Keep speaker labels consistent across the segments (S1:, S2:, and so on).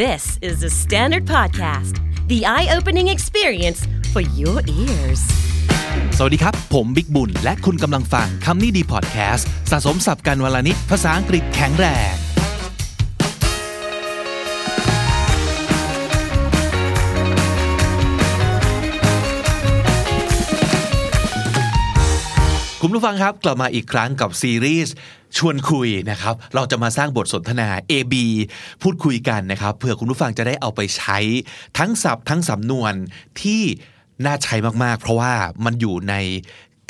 S1: This is the Standard Podcast, the eye opening experience for your ears.
S2: สวัสดีครับ ผมบิ๊กบุญ และคุณกำลังฟังคำนี้ดีพอดแคสต์สะสมสับกันวลนิดภาษาอังกฤษแข็งแรง คุณผู้ฟังครับกลับมาอีกครั้งกับซีรีส์ชวนคุยนะครับ เราจะมาสร้างบทสนทนา AB พูดคุยกันนะครับเผื่อคุณผู้ฟังจะได้เอาไปใช้ทั้งศัพท์ทั้งสำนวนที่น่าใช้มากๆ เพราะว่ามันอยู่ใน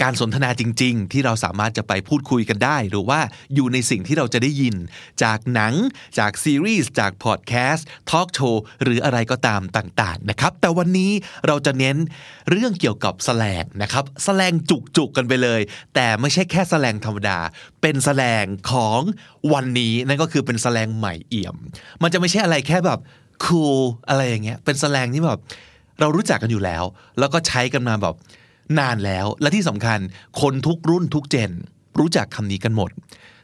S2: การสนทนาจริง ๆ ที่เราสามารถจะไปพูดคุยกันได้ หรือว่าอยู่ในสิ่งที่เราจะได้ยิน จากหนังจากซีรีส์จากพอดแคสต์ทอล์กโชว์หรืออะไรก็ตามต่างๆนะครับแต่วันนี้เราจะเน้นเรื่องเกี่ยวกับแสแลงนะครับแสแลงจุกๆกันไปเลย แต่ไม่ใช่แค่แสแลงธรรมดา เป็นแสแลงของวันนี้นั่นก็คือเป็นแสแลงใหม่เอี่ยม มันจะไม่ใช่อะไรแค่แบบคูลอะไรอย่างเงี้ยเป็นแสแลงที่แบบ เรารู้จักกันอยู่แล้ว แล้วก็ใช้กันมาแบบนานแล้ว และที่สำคัญคนทุกรุ่นทุกเจน รู้จักคำนี้กันหมด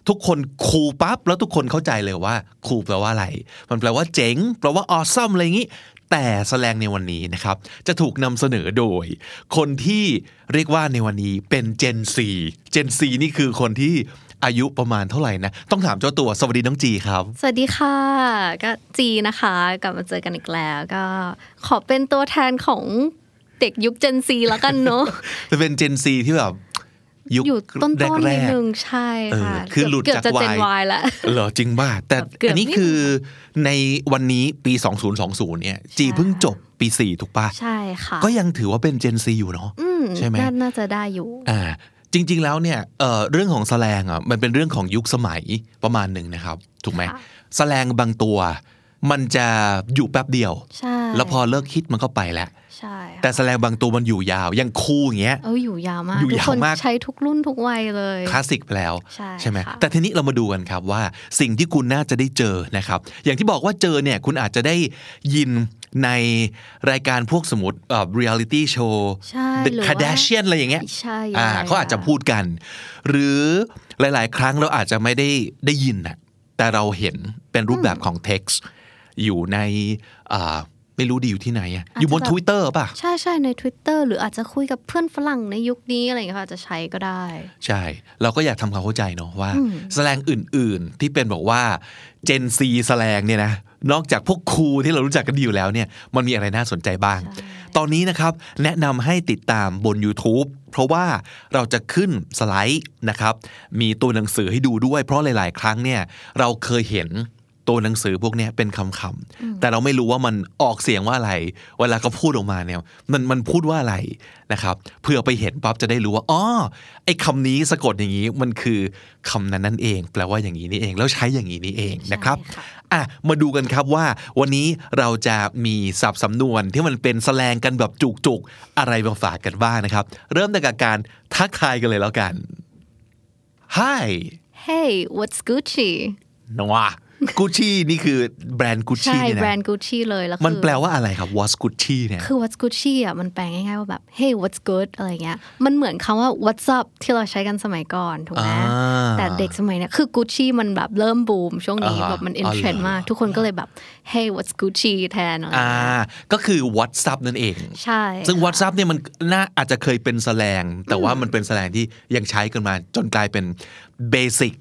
S2: ทุกคนคูลปั๊บแล้วทุกคนเข้าใจเลยว่าคูลแปลว่าอะไร มันแปลว่าเจ๋งแปลว่าออซัมอะไรอย่างนี้ แต่แสแลงในวันนี้นะครับ จะถูกนำเสนอโดย คนที่เรียกว่าในวันนี้เป็นเจนซีเจนซีนี่คือคนที่อายุประมาณเท่าไหร่นะ ต้องถามเจ้าตัวสวัสดีน้องจีครับ
S3: สวัสดีค่ะ ก็จีนะคะกลับมาเจอกันอีกแล้วก็ขอเป็นตัวแทนของเด็กยุค Gen Z แล้วกันเนาะ
S2: จะเป็นเจนซีที่แบบ ยุค
S3: อยู่ต้นๆ
S2: แร
S3: นิด
S2: กๆ
S3: นึงใช่ค่ะ
S2: เออคือหลุด
S3: เกือ
S2: จาก
S3: บจะ
S2: Y
S3: Gen Y แล้ว
S2: เหรอจริงป่ะแต่
S3: แบบเกือบ
S2: อันนี้
S3: นิดนึง
S2: คือในวันนี้ปี 2020 เนี่ย จี
S3: ใช่
S2: เพิ่งจบปี 4 ถูกป่ะ
S3: ใช่ค่ะ
S2: ก็ยังถือว่าเป็น Gen Z อยู่เนาะ
S3: อืม
S2: ใช่ไหม
S3: น่าน่าจะได้อยู่
S2: อ่าจริง ๆ แล้วเนี่ยเอ่อเรื่องของแสแลงอ่ะมันเป็นเรื่องของยุคสมัยประมาณหนึ่งนะครับ ถูกไหม
S3: ค่ะ
S2: แสแลงบางตัว มันจะอยู่แป๊บเดียว
S3: ใช่
S2: แล้วพอเลิกคิดมันก็ไปแล้ว
S3: ใช่ค่ะ
S2: แต่แสแลงบางตัวมันอยู่ยาวอย่างคู่อย่างเงี้ย
S3: เอออยู่ยาวมาก
S2: อยู่
S3: ทุก
S2: ยาว
S3: คน
S2: มาก
S3: ใช้ทุกรุ่นทุกวัยเลย
S2: คลาสสิกไปแล้ว
S3: ใช่
S2: ไหม
S3: ค่ะ
S2: แต่ทีนี้เรามาดูกันครับว่าสิ่งที่คุณน่าจะได้เจอนะครับ อย่างที่บอกว่าเจอเนี่ยคุณอาจจะได้ยินในรายการพวกสมมติเอ่อเรียลิตี้โชว์
S3: ใช่
S2: The
S3: หรือว่า
S2: Kardashian อะไรอย่างเงี้ย
S3: ใช่
S2: อ่าเขาอาจจะพูดกัน หรือหลาย ๆ ครั้งเราอาจจะไม่ได้ได้ยินนะแต่เราเห็นเป็นรูปแบบของ text อยู่ในอ่าไม่รู้ดีอยู่ที่ไหนอะอยู่บน Twitter ป่ะ
S3: ใช่ใช่ใน Twitter หรืออาจจะคุยกับเพื่อนฝรั่งในยุคนี้อะไรอย่างเงี้ยค่ะอาจจะใช้ก็ได้
S2: ใช่ เราก็อยากทำความเข้าใจเนาะว่า
S3: อืม
S2: แสแลงอื่นๆ ที่เป็นบอกว่าเจนซีแสแลงเนี่ยนะนอกจากพวกครูที่เรารู้จักกันดีอยู่แล้วเนี่ยมันมีอะไรน่าสนใจบ้าง ตอนนี้นะครับ แนะนำให้ติดตามบน YouTube เพราะว่าเราจะขึ้นสไลด์นะครับ มีตัวหนังสือให้ดูด้วย เพราะหลาย ๆ ครั้งเนี่ยเราเคยเห็นตัวหนังสือพวกเนี้ยเป็นคำๆแต่เราไม่รู้ว่ามันออกเสียงว่าอะไร เวลาเขาพูดออกมาเนี่ยมันมันพูดว่าอะไรนะครับเพื่อไปเห็นปั๊บจะได้รู้ว่าอ๋อไอ้คำนี้สะกดอย่างนี้มันคือคำนั้นนั่นเอง แปลว่าอย่างนี้นี่เอง แล้วใช้อย่างนี้นี่เองนะครับ
S3: ใช่ค่ะ
S2: อ่ะมาดูกันครับว่าวันนี้เราจะมีศัพท์สำนวนที่มันเป็นแสแลงกันแบบจุกๆ อะไรมาฝากกันบ้างนะครับ เริ่มจากการทักทายกันเลยแล้วกัน Hi
S3: Hey what's Gucci
S2: นัวกูชี่นี่คือแบรนด์กูชี่
S3: ใช่
S2: เนี่ย
S3: แบร
S2: นะ
S3: นด์ Gucci เลยแล้ว
S2: มัน
S3: คือ
S2: แปลว่าอะไรครับ was Gucci เนี่ย
S3: คือ what's Gucci อ่ะมันแปลง่ายๆว่าแบบ hey what's good อะไรเงี้ย มันเหมือนคำว่า what's up ที่เราใช้กันสมัยก่อนถูกไหม
S2: อ่า
S3: แต่เด็กสมัยเนี้ยคือ Gucci มันแบบเริ่มบูม ช่วงนี้
S2: อ่า
S3: แบบมัน
S2: อ๋อ
S3: อิ
S2: น เหรอ
S3: เทรนด์มาก ทุกคนก็เลยแบบ hey what's Gucci แทนอะไร
S2: อ่า
S3: เงี้ย
S2: ก็คือ WhatsApp นั่นเอง
S3: ใช่
S2: ซึ่ง
S3: ค่ะ
S2: WhatsApp เนี่ยมันน่าอาจจะเคยเป็นแสแลง แต่ว่ามันเป็นแสแลงที่ยังใช้กันมาจนกลายเป็น basic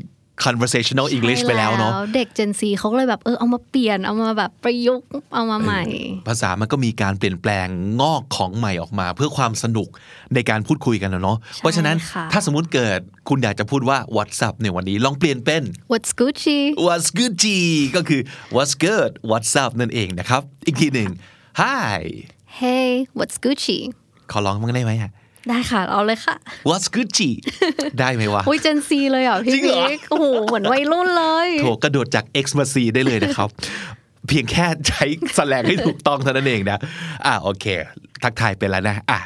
S2: conversational English ไปแล้วเนาะ
S3: ใช่เด็ก Gen Z เขาก็เลยแบบเออเอามาเปลี่ยนเอามาแบบประยุกต์เอามาใหม่
S2: ภาษามันก็มีการเปลี่ยนแปลงงอกของใหม่ออกมา เพื่อความสนุกในการพูดคุยกันนะเนาะเพราะฉะนั้น
S3: ค่ะ
S2: ถ้าสมมติเกิดคุณอยากจะพูดว่า WhatsApp ในวันนี้ลองเปลี่ยนเป็น
S3: what's Gucci
S2: What's good G ก็คือ What's good WhatsApp นั่นเองนะครับ อีกทีหนึ่ง Hi
S3: hey what's Gucci
S2: ขอร้องมั้างได้ไหมฮะ
S3: ได้ค่ะเอาเลยค่ะ
S2: What's good G ได้ไหมวะ
S3: อุ้ย Gen Z เลยเหรอพี่
S2: จริงเหรอ
S3: บิ๊กโอ้โหเหมือนวัยรุ่นเลย
S2: โถกระโดดจาก X มา C ได้เลยนะครับ เพียงแค่ใช้แสแลงให้ถูกต้องเท่านั้นเองนะ อ่ะโอเค ทักทายไปแล้วนะ อ่ะ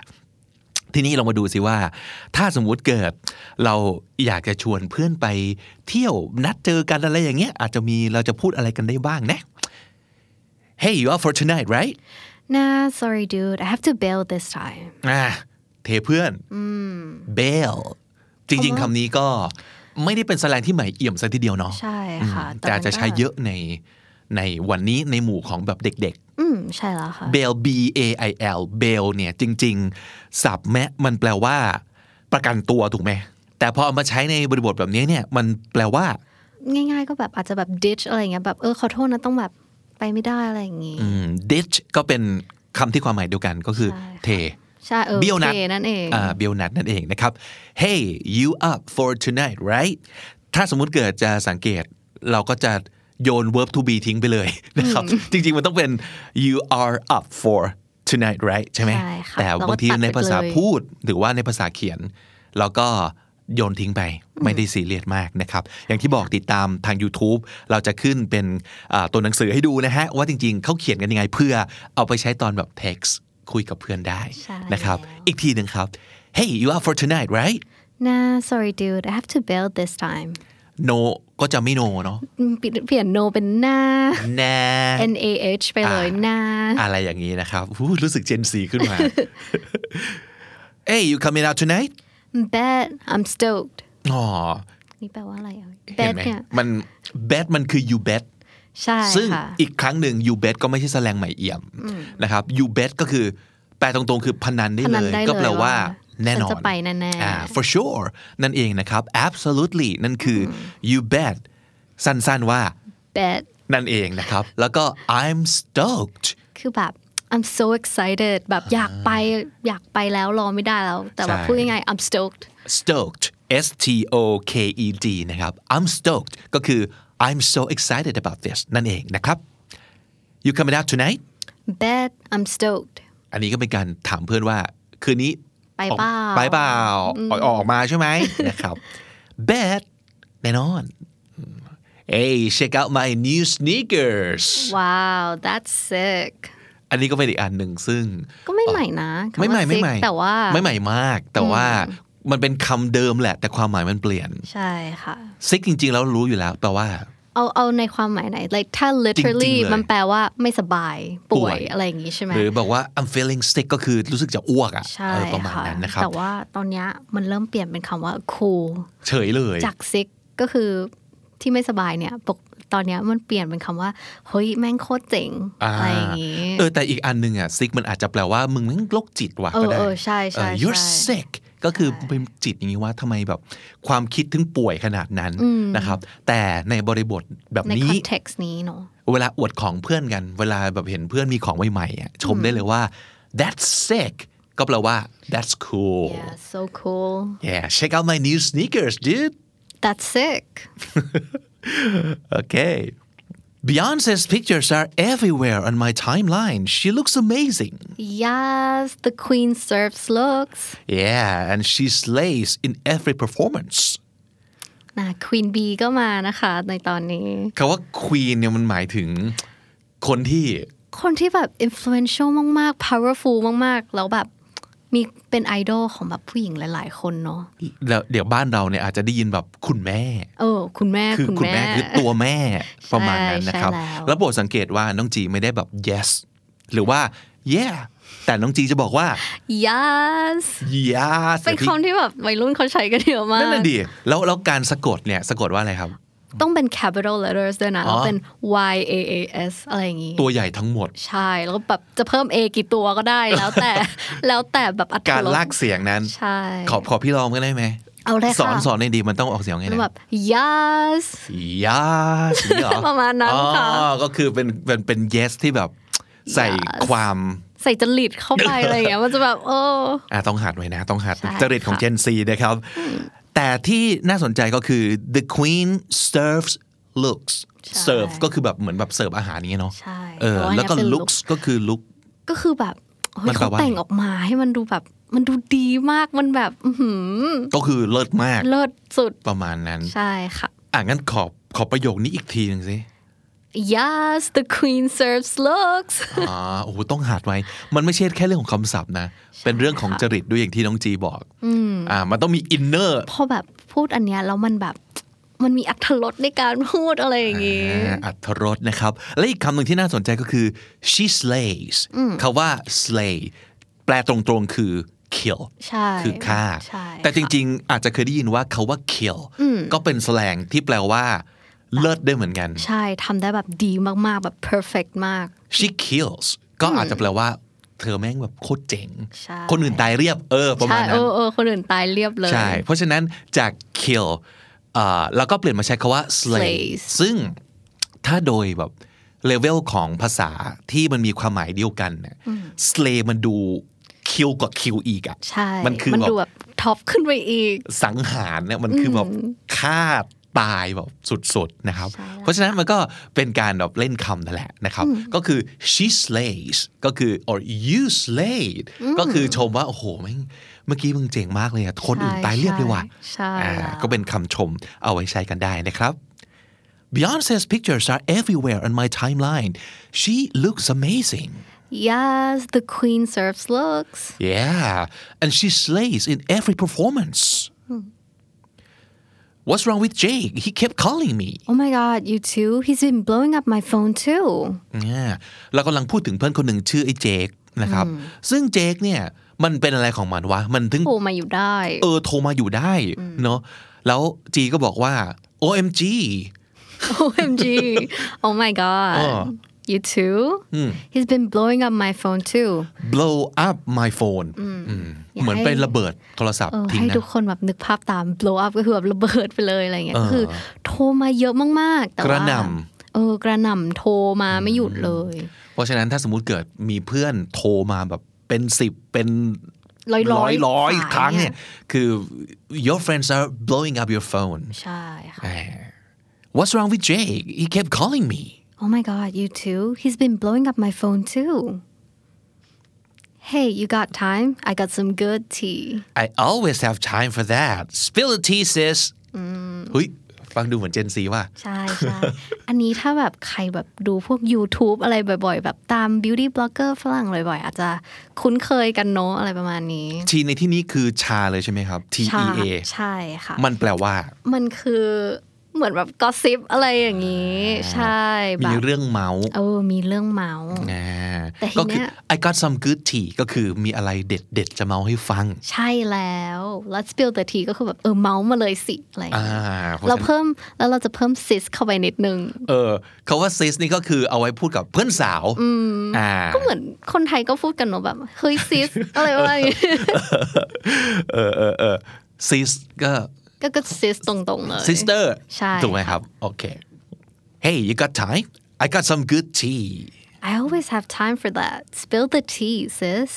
S2: ทีนี้เรามาดูสิว่า ถ้าสมมุติเกิด เราอยากจะชวนเพื่อนไปเที่ยวนัดเจอกันอะไรอย่างเงี้ย อาจจะมีเราจะพูดอะไรกันได้บ้างนะ Hey you are for tonight right
S3: Nah, sorry, dude. I have to bail this time.
S2: อ่ะเทเพื่อน bail จริง ๆคำนี้ก็ไม่ได้เป็นแสแลงที่ใหม่เอี่ยมซะทีเดียวเนาะ
S3: ใช่ค่ะ
S2: แต่อาจจะใช้เยอะใน ในวันนี้ในหมู่ของแบบเด็ก ๆ
S3: อืมใช่แล้วค่ะ
S2: เบล B A I L เบลเนี่ยจริงๆศัพท์แมะมันแปลว่า ประกันตัวถูกไหม แต่พอเอามาใช้ในบริบทแบบนี้เนี่ยมันแปลว่า
S3: ง่ายๆก็แบบอาจจะแบบ ditch อะไรอย่างเงี้ยแบบเออขอโทษนะต้องแบบไปไม่ได้อะไรอย่างงี้
S2: อืม ditch ก็เป็นคำที่ความหมายเดียวกันก็คือ
S3: ใช่ค่ะ
S2: เท
S3: ใช่เออ
S2: เบี้ยวนัด
S3: ทนั่นเอง
S2: อ่าเบลนัดนั่นเองนะครับ Hey you up for tonight right ถ้าสมมุติเกิดจะสังเกตเราก็จะโยน verb to be ทิ้งไปเลยนะครับ จริงๆ มันต้องเป็น you are up for tonight right ใช่ไหม
S3: ใช่ค่ะ
S2: แต่บางทีในภาษาพูดหรือว่าในภาษาเขียน เราก็โยนทิ้งไปไม่ได้ซีเรียสมากนะครับ อย่างที่บอกติดตามทาง YouTube เราจะขึ้นเป็นอ่าตัวหนังสือให้ดูนะฮะ ว่าจริงๆเขาเขียนกันยังไงเพื่อเอาไปใช้ตอนแบบ text คุยกับเพื่อนได้
S3: ใช่
S2: นะครับ
S3: แล้ว
S2: อีกทีหนึ่งครับ Hey you up for tonight right
S3: น่า sorry dude I have to bail this time
S2: no ก็จะไม่ no เนาะ
S3: อืมเปลี่ยนเปลี่ยน no เป็นหน้า
S2: แน่
S3: N A H ไปเลยหน้า
S2: อะไรอย่างนี้นะครับอู้รู้สึกเจนซีขึ้นมา Hey you coming out tonight
S3: bet I'm stoked
S2: อ๋อ
S3: นี่แปลว่าอะไรเอ่ย
S2: เห็
S3: bet
S2: นไหม
S3: เนี่ย
S2: มัน bet มันคือ you bet
S3: ใช่
S2: ซึ่ง
S3: ค่ะ
S2: อีกครั้งหนึ่ง you bet ก็ไม่ใช่แสแลงใหม่เอี่ยมนะครับ you bet ก็คือแปลตรงๆ คือพนันได้
S3: พนั
S2: เล
S3: น
S2: ย
S3: ได้เลย
S2: ก็แปลว่าแน่นอ
S3: ฉัน
S2: น
S3: จะไปแน่ๆ
S2: อ่า for sure นั่นเองนะครับ absolutely นั่นคืออ you bet สั้นๆว่า
S3: bet
S2: นั่นเองนะครับ แล้วก็ I'm stoked
S3: คือแบบ I'm so excited แบบอยากไปอยากไปแล้วรอไม่ได้แล้ว แต่แบบ
S2: ใช่
S3: พูดง่ายๆ I'm stoked
S2: stoked S T O K E D นะครับ I'm stoked ก็คือ I'm so excited about this นั่นเองนะครับ you coming out tonight
S3: bet I'm stoked
S2: อันนี้ก็เป็นการถามเพื่อนว่า คืนนี้
S3: ไปเปล่า
S2: ออกไปเปล่าออกออกมาใช่ไหม นะครับ bet แน่นอน Hey check out my new sneakers
S3: wow that's sick
S2: อันนี้ก็เป็นอีกอันหนึ่งซึ่ง
S3: ก็ไม่ใหม่นะคำว่า
S2: ไม่ใหม่
S3: sick
S2: ไม่ใหม่
S3: แต่ว่า
S2: ไม่ใหม่มาก แต่ว่ามันเป็นคำเดิมแหละ แต่ความหมายมันเปลี่ยน
S3: ใช่ค่ะ
S2: ซิกจริง ๆ แล้วรู้อยู่แล้วแปลว่า
S3: เอาเอาในความหมายไหน like ถ้า literally
S2: จริงๆเลย
S3: มันแปลว่าไม่สบายป่
S2: ป่
S3: ว
S2: วย
S3: ยอะไรอย่างงี้ใช่ไหม
S2: หรือบอกว่า I'm feeling sick ก็คือรู้สึกจะอ้วกอ่ะ
S3: ใช่
S2: เออประมาณ
S3: ค่ะ
S2: นั้นนะครับ
S3: แต่ว่าตอนเนี้ยมันเริ่มเปลี่ยนเป็นคำว่า cool
S2: เฉยเลย
S3: จาก sick ก็คือที่ไม่สบายเนี่ยปกตอนเนี้ยมันเปลี่ยนเป็นคำว่า เฮ้ย แม่งโคตรเจ๋ง
S2: า
S3: อะไรอย่างงี้
S2: เออแต่อีกอันหนึ่งอ่ะซิกมันอาจจะแปลว่ามึงแมึงโรคจิตว่ะ
S3: เออ
S2: ก็ได้
S3: เออใช่ใช่
S2: เออ
S3: ใช่
S2: you're sick ก็คือเป็นจิตอย่างนี้ว่าทำไมแบบความคิดถึงป่วยขนาดนั้นนะครับ แต่ในบริบทแบบ
S3: ใน
S2: นี้
S3: context นี้เนาะ
S2: เวลาอวดของเพื่อนกัน เวลาแบบเห็นเพื่อนมีของใหม่ๆอ่ะชมได้เลยว่า that's sick ก็แปลว่า that's cool
S3: yeah so cool
S2: yeah check out my new sneakers dude
S3: that's sick
S2: okay Beyonce's pictures are everywhere on my timeline she looks amazing
S3: yes the queen serves looks
S2: yeah and she slays in every performance
S3: นะ queen bee ก็มานะคะในตอนนี้
S2: คำว่า queen เนี่ยมันหมายถึงคนที่
S3: คนที่แบบ influential มาก ๆ powerful มาก ๆ แล้วแบบมีเป็นไอดอลของแบบผู้หญิงหลาย ๆ คนเนาะ
S2: แล้วเดี๋ยวบ้านเราเนี่ยอาจจะได้ยินแบบคุณแม่
S3: เออ คุณแม่
S2: คือคุณแม่คือตัวแม่ประมาณนั้นนะครับ
S3: ใช่แล้ว
S2: แล้วโปรดสังเกตว่าน้องจีไม่ได้แบบ yes หรือว่า yeah แต่น้องจีจะบอกว่า
S3: yes
S2: yes
S3: เป็นคำที่แบบวัยรุ่นเขาใช้กันเยอะมาก
S2: นั่นแหละดิแล้วแล้วการสะกดเนี่ยสะกดว่าอะไรครับ
S3: ต้องเป็น capital letters ด้วยนะ
S2: อ๋อ
S3: แล้วเป็น y a a s อะไรอย่างงี้
S2: ตัวใหญ่ทั้งหมด
S3: ใช่ แล้วแบบจะเพิ่ม a กี่ตัวก็ได้ แล้ว แต่ แล้วแต่แบบอัต
S2: การ
S3: ร
S2: ลาก
S3: ส
S2: เสียงนั้น
S3: ใช่
S2: ขอขอพี่ลองกันได้ไหม
S3: เอาเลยค่ะ
S2: สอนสอนในอยดีมันต้องออกเสียงไง
S3: แล้ว
S2: นะ
S3: แบบ yes
S2: yes อย่างนี้เหอ
S3: ประมาณนั้นค่ะ
S2: อ๋อก็คือเป็นเป็นเป็น yes ที่แบบใส่ความ
S3: ใส่จริตเข้าไปอะไรอย่างเงี้ยมันจะแบบโอ้
S2: อ่ะต้องหัดไว้นะ ต้องหัด
S3: ใช่
S2: จริตของ
S3: ค่ะ
S2: Gen Z นะครับ แต่ที่น่าสนใจก็คือ the queen serves looks
S3: ใช่
S2: serve ก็คือแบบเหมือนแบบเสิร์ฟอาหารอย่างเงี้ยเนาะ
S3: ใช่
S2: เออ
S3: เพราะว่า
S2: แล้วก็
S3: เนี่ยเป็น
S2: looks ก็คือ look
S3: ก็คือแบบเฮ้
S2: มั
S3: ย
S2: นแปล
S3: เขา
S2: ว่า
S3: แต่งออกมาให้มันดูแบบ มันดูดีมากมันแบบ อื้อหือ
S2: ก็คือเลิศมาก
S3: เลิศสุด
S2: ประมาณนั้น
S3: ใช่ค่ะ
S2: อ่ะงั้นขอบขอบประโยคนี้อีกทีหนึ่ง สิ
S3: yes the queen serves looks
S2: อ่าโอ้โหต้องหัดไว้ มันไม่ใช่แค่เรื่องของคำศัพท์นะ เป็นเรื่องของจริตด้วยอย่างที่น้องจีบอกอ่ามันต้องมี inner
S3: พอแบบพูดอันเนี้ยแล้วมันแบบ มันมีอัธรสในการพูดอะไรอย่างงี้
S2: อ่าอัธรสนะครับ และอีกคำหนึ่งที่น่าสนใจก็คือ she slays คาว่า slay แปลตรงๆคือ kill
S3: ใช่
S2: คือฆ่า
S3: ใช่
S2: แต่
S3: ค่ะ
S2: จริงๆ อาจจะเคยได้ยินว่าคาว่า kill ก็เป็นแสลงที่แปลว่า เลิศได้เหมือนกัน
S3: ใช่ทำได้แบบดีมากๆแบบ perfect มาก
S2: she kills ก็อาจจะแปลว่า เธอแม่งแบบโคตรเจ๋ง
S3: ใช่
S2: คนอื่นตายเรียบเออประมา
S3: ใช่
S2: ณ
S3: เอ
S2: นั้น
S3: อเออคนอื่นตายเรียบเลย
S2: ใช่ เพราะฉะนั้นจาก kill เอ่อแล้วก็เปลี่ยนมาใช้คาว่า slay
S3: Slays
S2: ซึ่งถ้าโดยแบบเลเวลของภาษาที่มันมีความหมายเดียวกันเนี่ย slay มันดู kill กว่า kill อีกอะ
S3: ใช่
S2: มันคือ
S3: มัน
S2: แบ
S3: ดู
S2: บ
S3: แบบท็อปขึ้นไปอีก
S2: สังหารเนี่ยมันคือแบบฆ่าตายแบบสุดๆนะครับ
S3: ใช่แล้ว
S2: เพราะฉะนั้นมันก็เป็นการแบบเล่นคำนั่นแหละนะครับ ก็คือ she slays ก็คือ or you slayed ก็คือชมว่า โอ้โหแม่งเมื่อกี้มึงเจ๋งมากเลยอะคนอื่นตายเรียบเลยว่ะ
S3: ใช่
S2: อ่า
S3: แล้ว
S2: ก็เป็นคำชมเอาไว้ใช้กันได้นะครับ Beyonce's pictures are everywhere on my timeline she looks amazing
S3: yes the queen serves looks
S2: Yeah, and she slays in every performance. What's wrong with Jake? He kept calling me.
S3: oh my god you too he's been blowing up my phone too
S2: Yeah. เรากำลังพูดถึงเพื่อนคนหนึ่งชื่อไอ้เจคนะครับ ซึ่งเจคเนี่ย มันเป็นอะไรของมันวะ มันถึง
S3: โทรมาอยู่ได้
S2: เออโทรมาอยู่ได้เนาะ แล้วจีก็บอกว่า OMG
S3: OMG oh my god
S2: เออ
S3: you too he's been blowing up my phone too
S2: blow up my phone อืม
S3: อยากให้
S2: เหมือนไประเบิดโทรศัพท์
S3: เออ
S2: ทิ้ง
S3: ให้
S2: นะ
S3: ทุกคนแบบนึกภาพตาม blow up ก็คือแบบระเบิดไปเลยอะไรเงี้ย
S2: เออ
S3: ก็คือโทรมาเยอะมาก ๆ แต่
S2: ก
S3: ว่า
S2: ระหน่
S3: เออกระหน่ำโทรมาไม่หยุดเลย
S2: เพราะฉะนั้นถ้าสมมุติเกิดมีเพื่อนโทรมาแบบเป็นสิบเป็น
S3: ร้อยๆ
S2: ร้อยร้อย
S3: สาย
S2: ครั้งเนี่ย
S3: เนี่
S2: คือ your friends are blowing up your phone
S3: ใช่ค่ะ
S2: แหม what's wrong with Jake he kept calling me
S3: Oh my god, you too? He's been blowing up my phone too. Hey, you got time? I got some good tea.
S2: I always have time for that spill the tea sis เฮ้ยฟังดูเหมือนเจนซีว่า
S3: ใช่ใช่ อันนี้ถ้าแบบใครแบบดูพวก YouTube อะไรบ่อยๆ แบบตาม beauty blogger ฝรั่งบ่อยๆ อาจจะคุ้นเคยกันเนอะอะไรประมาณนี้
S2: ทีในที่นี้คือชาเลยใช่ไหมครับ T
S3: ใช่
S2: E A
S3: ใช่ค่ะ
S2: มันแปลว่า
S3: มันคือเหมือนแบบกอซิปอะไรอย่างนี้ ใช่แบ
S2: มี
S3: บ
S2: เรื่องเมาส์
S3: เออมีเรื่องเมาส์
S2: อ่า
S3: แต่ที
S2: ก็คื
S3: เนี้
S2: อ
S3: ย
S2: I got some good tea ก็คือมีอะไรเด็ดเด็ดๆจะเมาให้ฟัง
S3: ใช่แล้ว let's build the tea ก็คือแบบเออเมาส์มาเลยสิอะไรอย่าง
S2: อ่า
S3: งี้
S2: พะฉะ
S3: เรา
S2: นั้น
S3: เพิ่มแล้วเราจะเพิ่ม sis เข้าไปนิดนึง
S2: เออคาว่าซิสนี่ก็คือเอาไว้พูดกับเพื่อนสาวอ่า
S3: ก็เหมือนคนไทยก็พูดกันเนอะแบบ เฮ้ย sis อะไรวะอย่า งงี้
S2: เออเออเออซิสก็
S3: ก็ก็ sis ตรงๆเลย
S2: sister
S3: ใช่
S2: ถูกไหมครับ โอเค Hey you got time I got some good tea
S3: I always have time for that spill the tea sis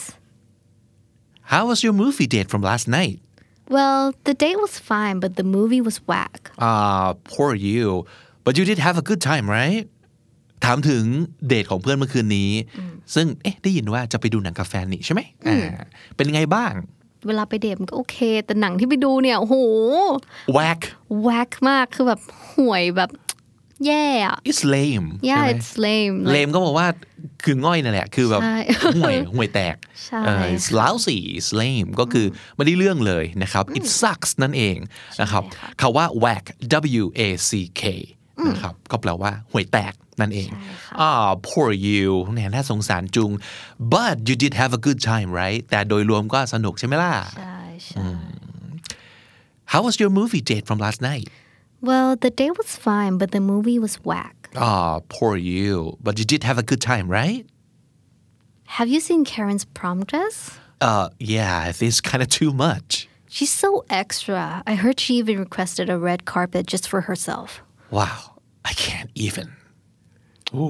S2: How was your movie date from last night
S3: well the date was fine but the movie was whack
S2: Ah poor you but you did have a good time right ถามถึงเดทของเพื่อนเมื่อคืนนี้ ซึ่งเอ๊ะได้ยินว่าจะไปดูหนังกับแฟนนี่ใช่ไหมอ่าเป็นไงบ้าง
S3: เวลาไปเดทมันก็โอเค แต่หนังที่ไปดูเนี่ย โอ้โห
S2: whack
S3: whack มากคือแบบห่วยแบบแย่อะ
S2: it's lame ใช่ไห
S3: yeah
S2: ม
S3: it's lame
S2: เล
S3: like
S2: มก็บอกว่าคือง่อยนั่นแหละ คือแบบ
S3: ใช่
S2: ห่วยห่วยแตก
S3: ใช่
S2: เออ it's lousy it's lame ก็คือไม่ได้เรื่องเลยนะครับ it sucks นั่นเองนะครับคาว่า whack w a c k นะครับก็แปลว่าห่วยแตกนั่นเองอ่า poor you เนี่ยน่าสงสารจุง but you did have a good time right แต่โดยรวมก็สนุกใช่ไหมล่ะ
S3: ใช่ใช่
S2: how was your movie date from last night
S3: well the date was fine but the movie was whack
S2: ah poor you but you did have a good time right
S3: Have you seen Karen's prom dress?
S2: uh yeah this kind of too much
S3: She's so extra. I heard she even requested a red carpet just for herself.
S2: Wow I can't even โอ้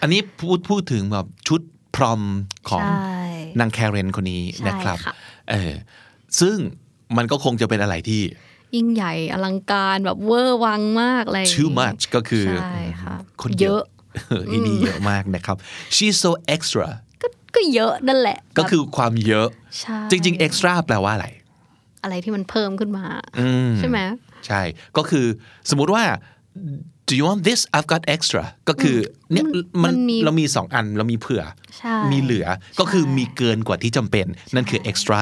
S2: อันนี้พูดพูดถึงแบบชุดพรอมของ
S3: ใช่
S2: นางแคเรนคนนี้
S3: ใช่
S2: นะครับ
S3: ค่ะ
S2: เออ ซึ่งมันก็คงจะเป็นอะไรที่
S3: ยิ่งใหญ่อลังการแบบเวอร์วังมากอะไรอย่างงี้
S2: too much ก็คือ
S3: ใช่ค่ะ
S2: คน
S3: เย
S2: เยอะ
S3: อะ
S2: อีนี่เยอะมากนะครับ she's so extra
S3: ก็ก็เยอะนั่นแหละ
S2: ก็คือ
S3: แบบ
S2: ความเยอะ
S3: ใช่
S2: จริง ๆ extra แปลว่าอะไร
S3: อะไรที่มันเพิ่มขึ้นมา ใช่ไหม
S2: ใช่ ก็คือสมมุติว่า do you want this I've got extra ก็คือเนี่ยมัน
S3: มันมี
S2: เรามีสองอันเรามีเผื่อ
S3: ใช่
S2: มีเหลือ ก็คือมีเกินกว่าที่จำเป็น นั่นคือ extra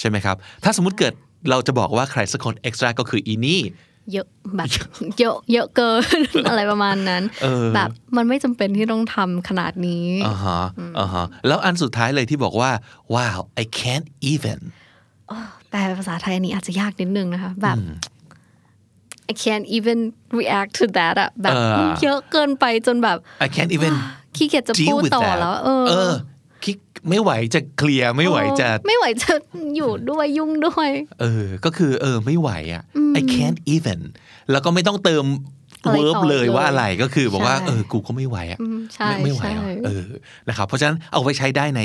S2: ใช่ไหมครับ ถ้าสมมุติเกิดเราจะบอกว่าใครสักคน extra ก็คืออีนี่
S3: เยอะแบบเยอะ เยอะเกิน อะไรประมาณนั้นแบบมันไม่จำเป็นที่ต้องทำขนาดนี้
S2: อ่าฮะ อ่าฮะ แล้วอันสุดท้ายเลยที่บอกว่า wow I can't even
S3: แต่ภาษาไทยอันนี้อาจจะยากนิดนึงนะคะ แบบ I I can't even react to that อะแบบ
S2: เออ
S3: มันเยอะเกินไปจนแบบ
S2: I can't even
S3: ขี้ เกียจจะพู
S2: deal
S3: ด
S2: with
S3: ต่อ
S2: that
S3: แล้วเออ
S2: เออคิดไม่ไหวจะเคลียร์ไม่ไหวจะ
S3: ไม่ไหวจะอยู่ด้วยยุ่งด้วย
S2: เออ ก็คือเออไม่ไหวอ่ะ I can't even แล้วก็ไม่ต้องเติม
S3: อะไรต่
S2: verb
S3: อ
S2: เลยว่าอะไรก็คือบอกว่า
S3: ใช่
S2: เออกูก็ไม่ไหวอ่ะ
S3: อืมใช่
S2: ไม่ไม่ไหว
S3: ใช่
S2: อ่ะเออนะครับเพราะฉะนั้นเอาไปใช้ได้ใน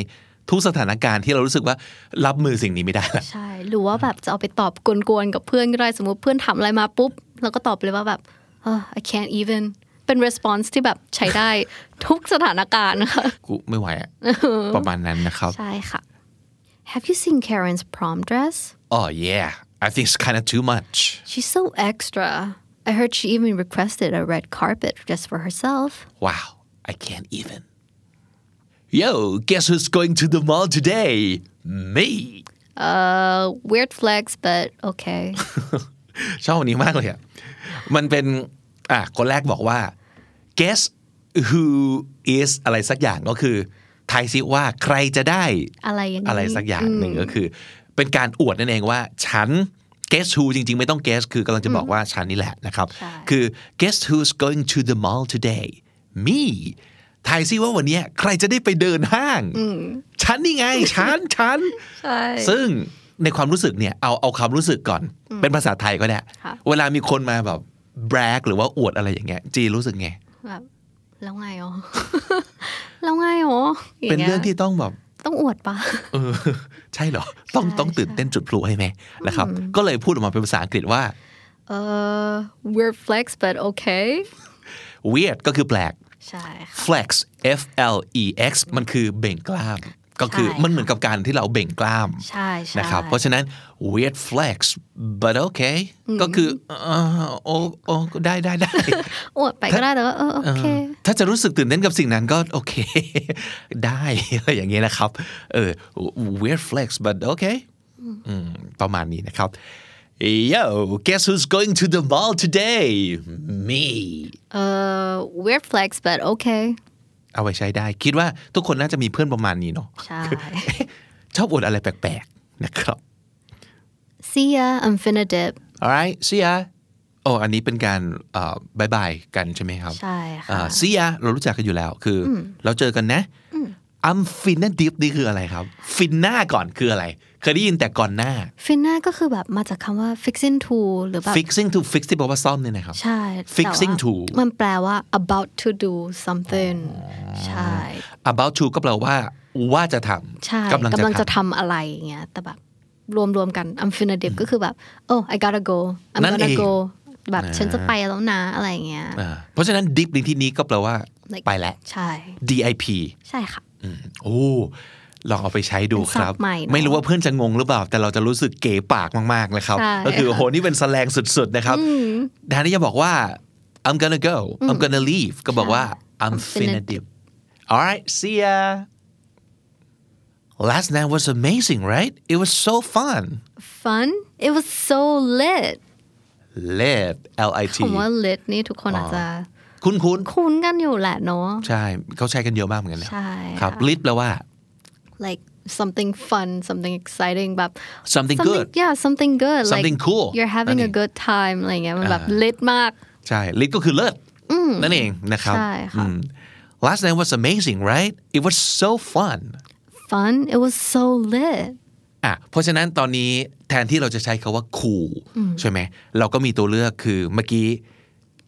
S2: ทุกสถานการณ์ที่เรารู้สึกว่ารับมือสิ่งนี้ไม่ได้ละ
S3: ใช่ หรือว่าแบบจะเอาไปตอบกวนๆกับเพื่อนก็ได้สมมติเพื่อนถามอะไรมาปุ๊บเราก็ตอบเลยว่าแบบเออ I can't even เป็น response ที่แบบใช้ได้ ทุกสถานการณ์ค่ะ
S2: กูไม่ไหว อ่ะประมาณนั้นนะครับ
S3: ใช่ค่ะ Have you seen Karen's prom dress?
S2: Oh yeah I think it's kind of too much
S3: She's so extra. I heard she even requested a red carpet just for herself.
S2: Wow I can't even Yo guess who's going to the mall today me
S3: Uh, weird flex, but okay.
S2: ชอบอันนี้มากเลยอ่ะ มันเป็น อ่ะ คนแรกบอกว่า guess who is อะไรสักอย่างก็คือทายซิว่าใครจะได้
S3: อะไรอย่างนี้
S2: อะไรสักอย่างหนึ่งก็คือ เป็นการอวดนั่นเองว่า ฉัน guess who จริง ๆ ไม่ต้อง guess คือกำลังจะบอกว่าฉันนี่แหละนะครับ
S3: ใช่
S2: คือ guess who's going to the mall today me ทายซิว่าวันเนี้ยใครจะได้ไปเดินห้าง ฉันนี่ ไง ฉัน ฉัน
S3: ใช่
S2: ซึ่งในความรู้สึกเนี่ยเอาเอาความรู้สึกก่อน เป็นภาษาไทยก็ได้
S3: ค่ะ
S2: เวลามีคนมาแบบแบกหรือว่าอวดอะไรอย่างเงี้ยจีรู้สึกไง
S3: แบบแล้วไงอ๋อ แล้วไงอ๋ออย่า
S2: เป็น
S3: ย
S2: เรื่องที่ต้องแบบ
S3: ต้องอวดปะ
S2: เออ ใช่เหรอ ต้องต้องตื่นเต้นจุดพลุให้ไหมนะครับ ก็เลยพูดออกมาเป็นภาษาอังกฤษว่า
S3: เออ weird flex but okay
S2: weird ก็คือแปลก
S3: ใช่ค่ะ
S2: flex f l e x มันคือเบ่งกล้าม ก็คือ
S3: ใช่ค่ะ
S2: มันเหมือนกับการที่เราเบ่งกล้าม
S3: ใช่ใช่
S2: นะครับเพราะฉะนั้น weird flex but okay ก็คือเอ่อโอ้โอ้ได้ได้ได้
S3: อวดไปก็ได้แต่ว่าเออ โอเค
S2: เออถ้าจะรู้สึกตื่นเต้นกับสิ่งนั้นก็โอเค ได้ อะไรอย่างเงี้ยนะครับ เออ weird flex but okay อืมประมาณนี้นะครับ Yo guess who's going to the mall today me
S3: เออ weird flex but okay
S2: เอาไว้ใช้ได้ คิดว่าทุกคนน่าจะมีเพื่อนประมาณนี้เนาะ
S3: ใช่
S2: ชอบอวดอะไรแปลกๆ นะครับ
S3: see ya I'm finna dip
S2: alright see ya โอ้อันนี้เป็นการเอ่อบายบายกันใช่ไหมครับ
S3: ใช่ค่ะ
S2: อ่า see ya เรารู้จักกันอยู่แล้วคืออเราเจอกันนะ I'm finna dip นี่คืออะไรครับ ฟินหน้าก่อนคืออะไร เคยได้ยินแต่ก่อนหน้า
S3: finna ก็คือแบบมาจากคำว่า fixing to หรือแบบ
S2: fixing to fix ที่บอกว่าซ่อมเนี่ยนะครับ
S3: ใช่แต่ว่า
S2: fixing to
S3: มันแปลว่า about to do something ใช่
S2: about to ก็แปลว่าว่าจะท
S3: ใช่
S2: ำกำลังจะท
S3: ทำอะไรอย่างเงี้ยแต่แบบรวมๆกัน I'm finna dip ก็คือแบบ oh I gotta go I'm
S2: นั่นเอง
S3: gonna go แบบฉันจะไปแล้วนะอะไรอย่างเงี้ย
S2: ำอ่าเพราะฉะนั้น dip ในที่นี้ก็แปลว่า
S3: Like
S2: ไปแล้ว
S3: ใช่
S2: dip
S3: ใช่ค่ะ
S2: อืมโอ้ลองเอาไปใช้ดู
S3: เป็น
S2: ค
S3: ศัพท์
S2: รับ
S3: ใหม่เนอะ
S2: ไม่รู้ว่าเพื่อนจะงงหรือเปล่า แต่เราจะรู้สึกเก๋ปากมากๆนะครับ
S3: ใช่
S2: ก็คือโอ้โหนี่เป็นแสแลงสุดๆนะครับดานี่จะบอกว่า I'm gonna go I'm gonna leave ก็บอกว่า I'm finna dip alright see ya last night was amazing right it was so fun
S3: fun it was so lit
S2: lit L I T
S3: ผมว่า lit นี่ทุกคนอาจจะ
S2: คุ้นคุ้น
S3: คุ้นกันอยู่แหละเนาะ
S2: ๆใช่ เขาใช้กันเยอะมากเหมือนกันนะ
S3: ใช่
S2: ครับ
S3: ค่ะ
S2: lit แปลว่า
S3: like something fun something exciting แบบ
S2: something good
S3: yeah something good like
S2: Something cool
S3: you're having
S2: นั่
S3: a
S2: นเอง
S3: good time อะไรเงี้ยมันแบบ lit มาก
S2: ใช่ lit ก็คือเลิศนั่นเองนะครับ
S3: ใช่ค่ะ
S2: อืม last night was amazing right it was so fun
S3: fun it was so lit
S2: อ่ะเพราะฉะนั้นตอนนี้แทนที่เราจะใช้คาว่า cool ใช่ไหม เราก็มีตัวเลือกคือเมื่อกี้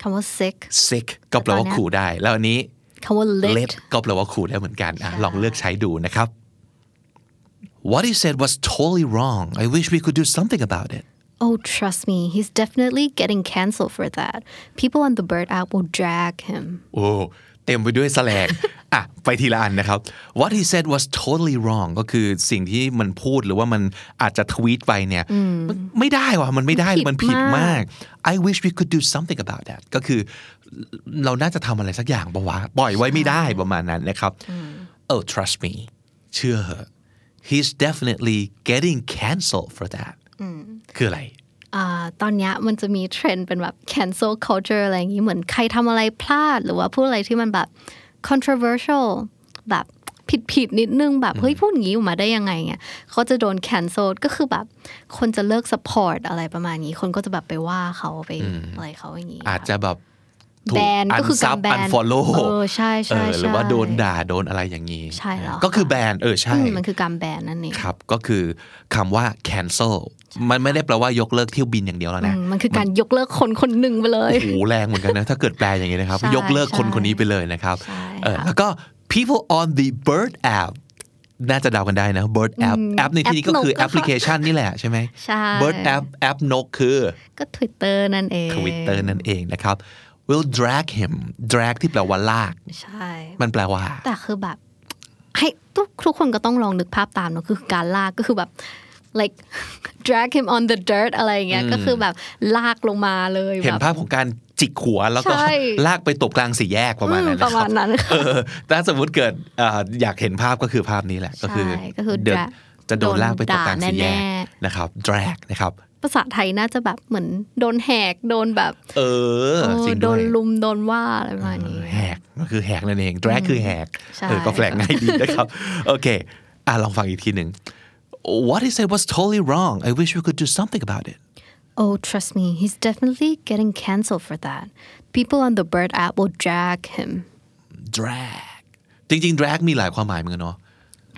S3: คำว่า sick
S2: sick ก็แปลว่า
S3: ตอนเนี้ย
S2: cool ได้ แล้วอันนี้
S3: คำว่า lit
S2: lit ก็แปลว่า cool ได้เหมือนกันอ่ะลองเลือกใช้ดูนะครับ what he said was totally wrong I wish we could do something about it
S3: Oh, trust me, he's definitely getting canceled for that. People on the Bird app will drag him.
S2: โอ้เต็มไปด้วยแสลง อ่ะ ไปทีละอันนะครับ what he said was totally wrong ก็คือสิ่งที่มันพูดหรือว่ามันอาจจะทวีตไปเนี่ยมันไม่ได้ว่ะมันไม่ได้
S3: มั
S2: มัน น
S3: ผิ
S2: ผิ
S3: ด
S2: ด
S3: มาก
S2: มาก I wish we could do something about that ก็คือเราน่าจะทำอะไรสักอย่างปะวะปล่อยไว้ไม่ได้ประมาณนั้นนะครับ oh trust me เชื่อเหอะ he's definitely getting cancelled for that คืออะไร
S3: อ่าตอนเนี้ยมันจะมีเทรนด์เป็นแบบ cancel culture อะไรอย่างนี้เหมือนใครทำอะไรพลาด หรือว่าพูดอะไรที่มันแบบ controversial แบบ ผิดผิดๆนิดนึงแบบเฮ้ยพูดอย่างนี้ออกมาได้ยังไงเงี้ยเขาจะโดน cancel ก็คือแบบคนจะเลิก support อะไรประมาณนี้ คนก็จะแบบไปว่าเขาไปอะไรเขาอย่างนี้
S2: อาจจะแบบถู
S3: แบนก็คือ
S2: ซั
S3: กา
S2: บ
S3: รแบ
S2: อัน
S3: น
S2: ฟอลโล่
S3: เออใช่ใช่ใช่
S2: หรือว่าโดนด่าโดนอะไรอย่างนี้
S3: ใช่แล้ว
S2: ก็คือ
S3: ค่ะ
S2: แบนเออใช่
S3: อืมมันคือการแบนนั่นเอง
S2: ครับ ก็คือคำว่า cancel มันไม่ได้แปลว่ายกเลิกเที่ยวบินอย่างเดียวแล้วนะ
S3: อืมมันคือการยกเลิกคนคนหนึ่งไปเลย
S2: โอ้โหแรงเหมือนกันนะ ถ้าเกิดแปลอย่างนี้นะครับ
S3: ใช่
S2: ยกเลิกคน
S3: ใช่
S2: คนนี้ไปเลยนะครับ
S3: ใช่
S2: เออ
S3: ค่ะ
S2: แล้วก็ people on the bird app น่าจะเดากันได้นะ bird app
S3: อืม
S2: แอปในที่นี้ก็คือ
S3: แอ
S2: แอป
S3: ปนกอะ
S2: พลิเคชันนี่แหละใช่ไหม
S3: ใช่
S2: bird app แอปนกคือ
S3: ก็ Twitter นั่นเอง
S2: Twitter นั่นเองนะครับ will drag him drag ที่แปลว่าลาก
S3: ใช่
S2: มันแปลว่า
S3: แต่คือแบบ ให้ทุกทุกคนก็ต้องลองนึกภาพตามเนอะคือการลากก็คือแบบ like drag him on the dirt อะไรอย่างเงี้ยก็คือแบบลากลงมาเลย
S2: เห็น
S3: แบบ
S2: ภาพของการจิกหัวแล้วก็
S3: ใช่
S2: ลากไปตบกลางสี่แยกประมาณนั้น
S3: ป
S2: นะ
S3: ระ
S2: ค
S3: มา
S2: รับ
S3: ณนั้น
S2: เออถ้าสมมติเกิดเอ่ออยากเห็นภาพก็คือภาพนี้แหละ ก็คือ
S3: ใช่ก็คือ
S2: เดิน
S3: drag
S2: จะโดนลากไปตกกลางสี่แย
S3: ด่
S2: ก
S3: น่
S2: นะครับ drag นะครับ
S3: ๆภาษาไทยน่าจะแบบเหมือนโดนแหกโดนแบบ
S2: เออ
S3: เออ
S2: จริง
S3: โด
S2: ด้วย
S3: นลุมโดนว่าอะไรประมาณ
S2: เอ
S3: นี้
S2: อแหกก็คือแหกนั่นเอง drag คือแหก
S3: ใช่
S2: เออก็แปลงง่ายดีนะครับ โอเค อ่ะลองฟังอีกทีหนึ่ง What he said was totally wrong I wish we could do something about it
S3: Oh, trust me, he's definitely getting canceled for that. People on the Bird app will drag him.
S2: drag จริง ๆ drag มีหลายความหมายเหมือนกันเนาะ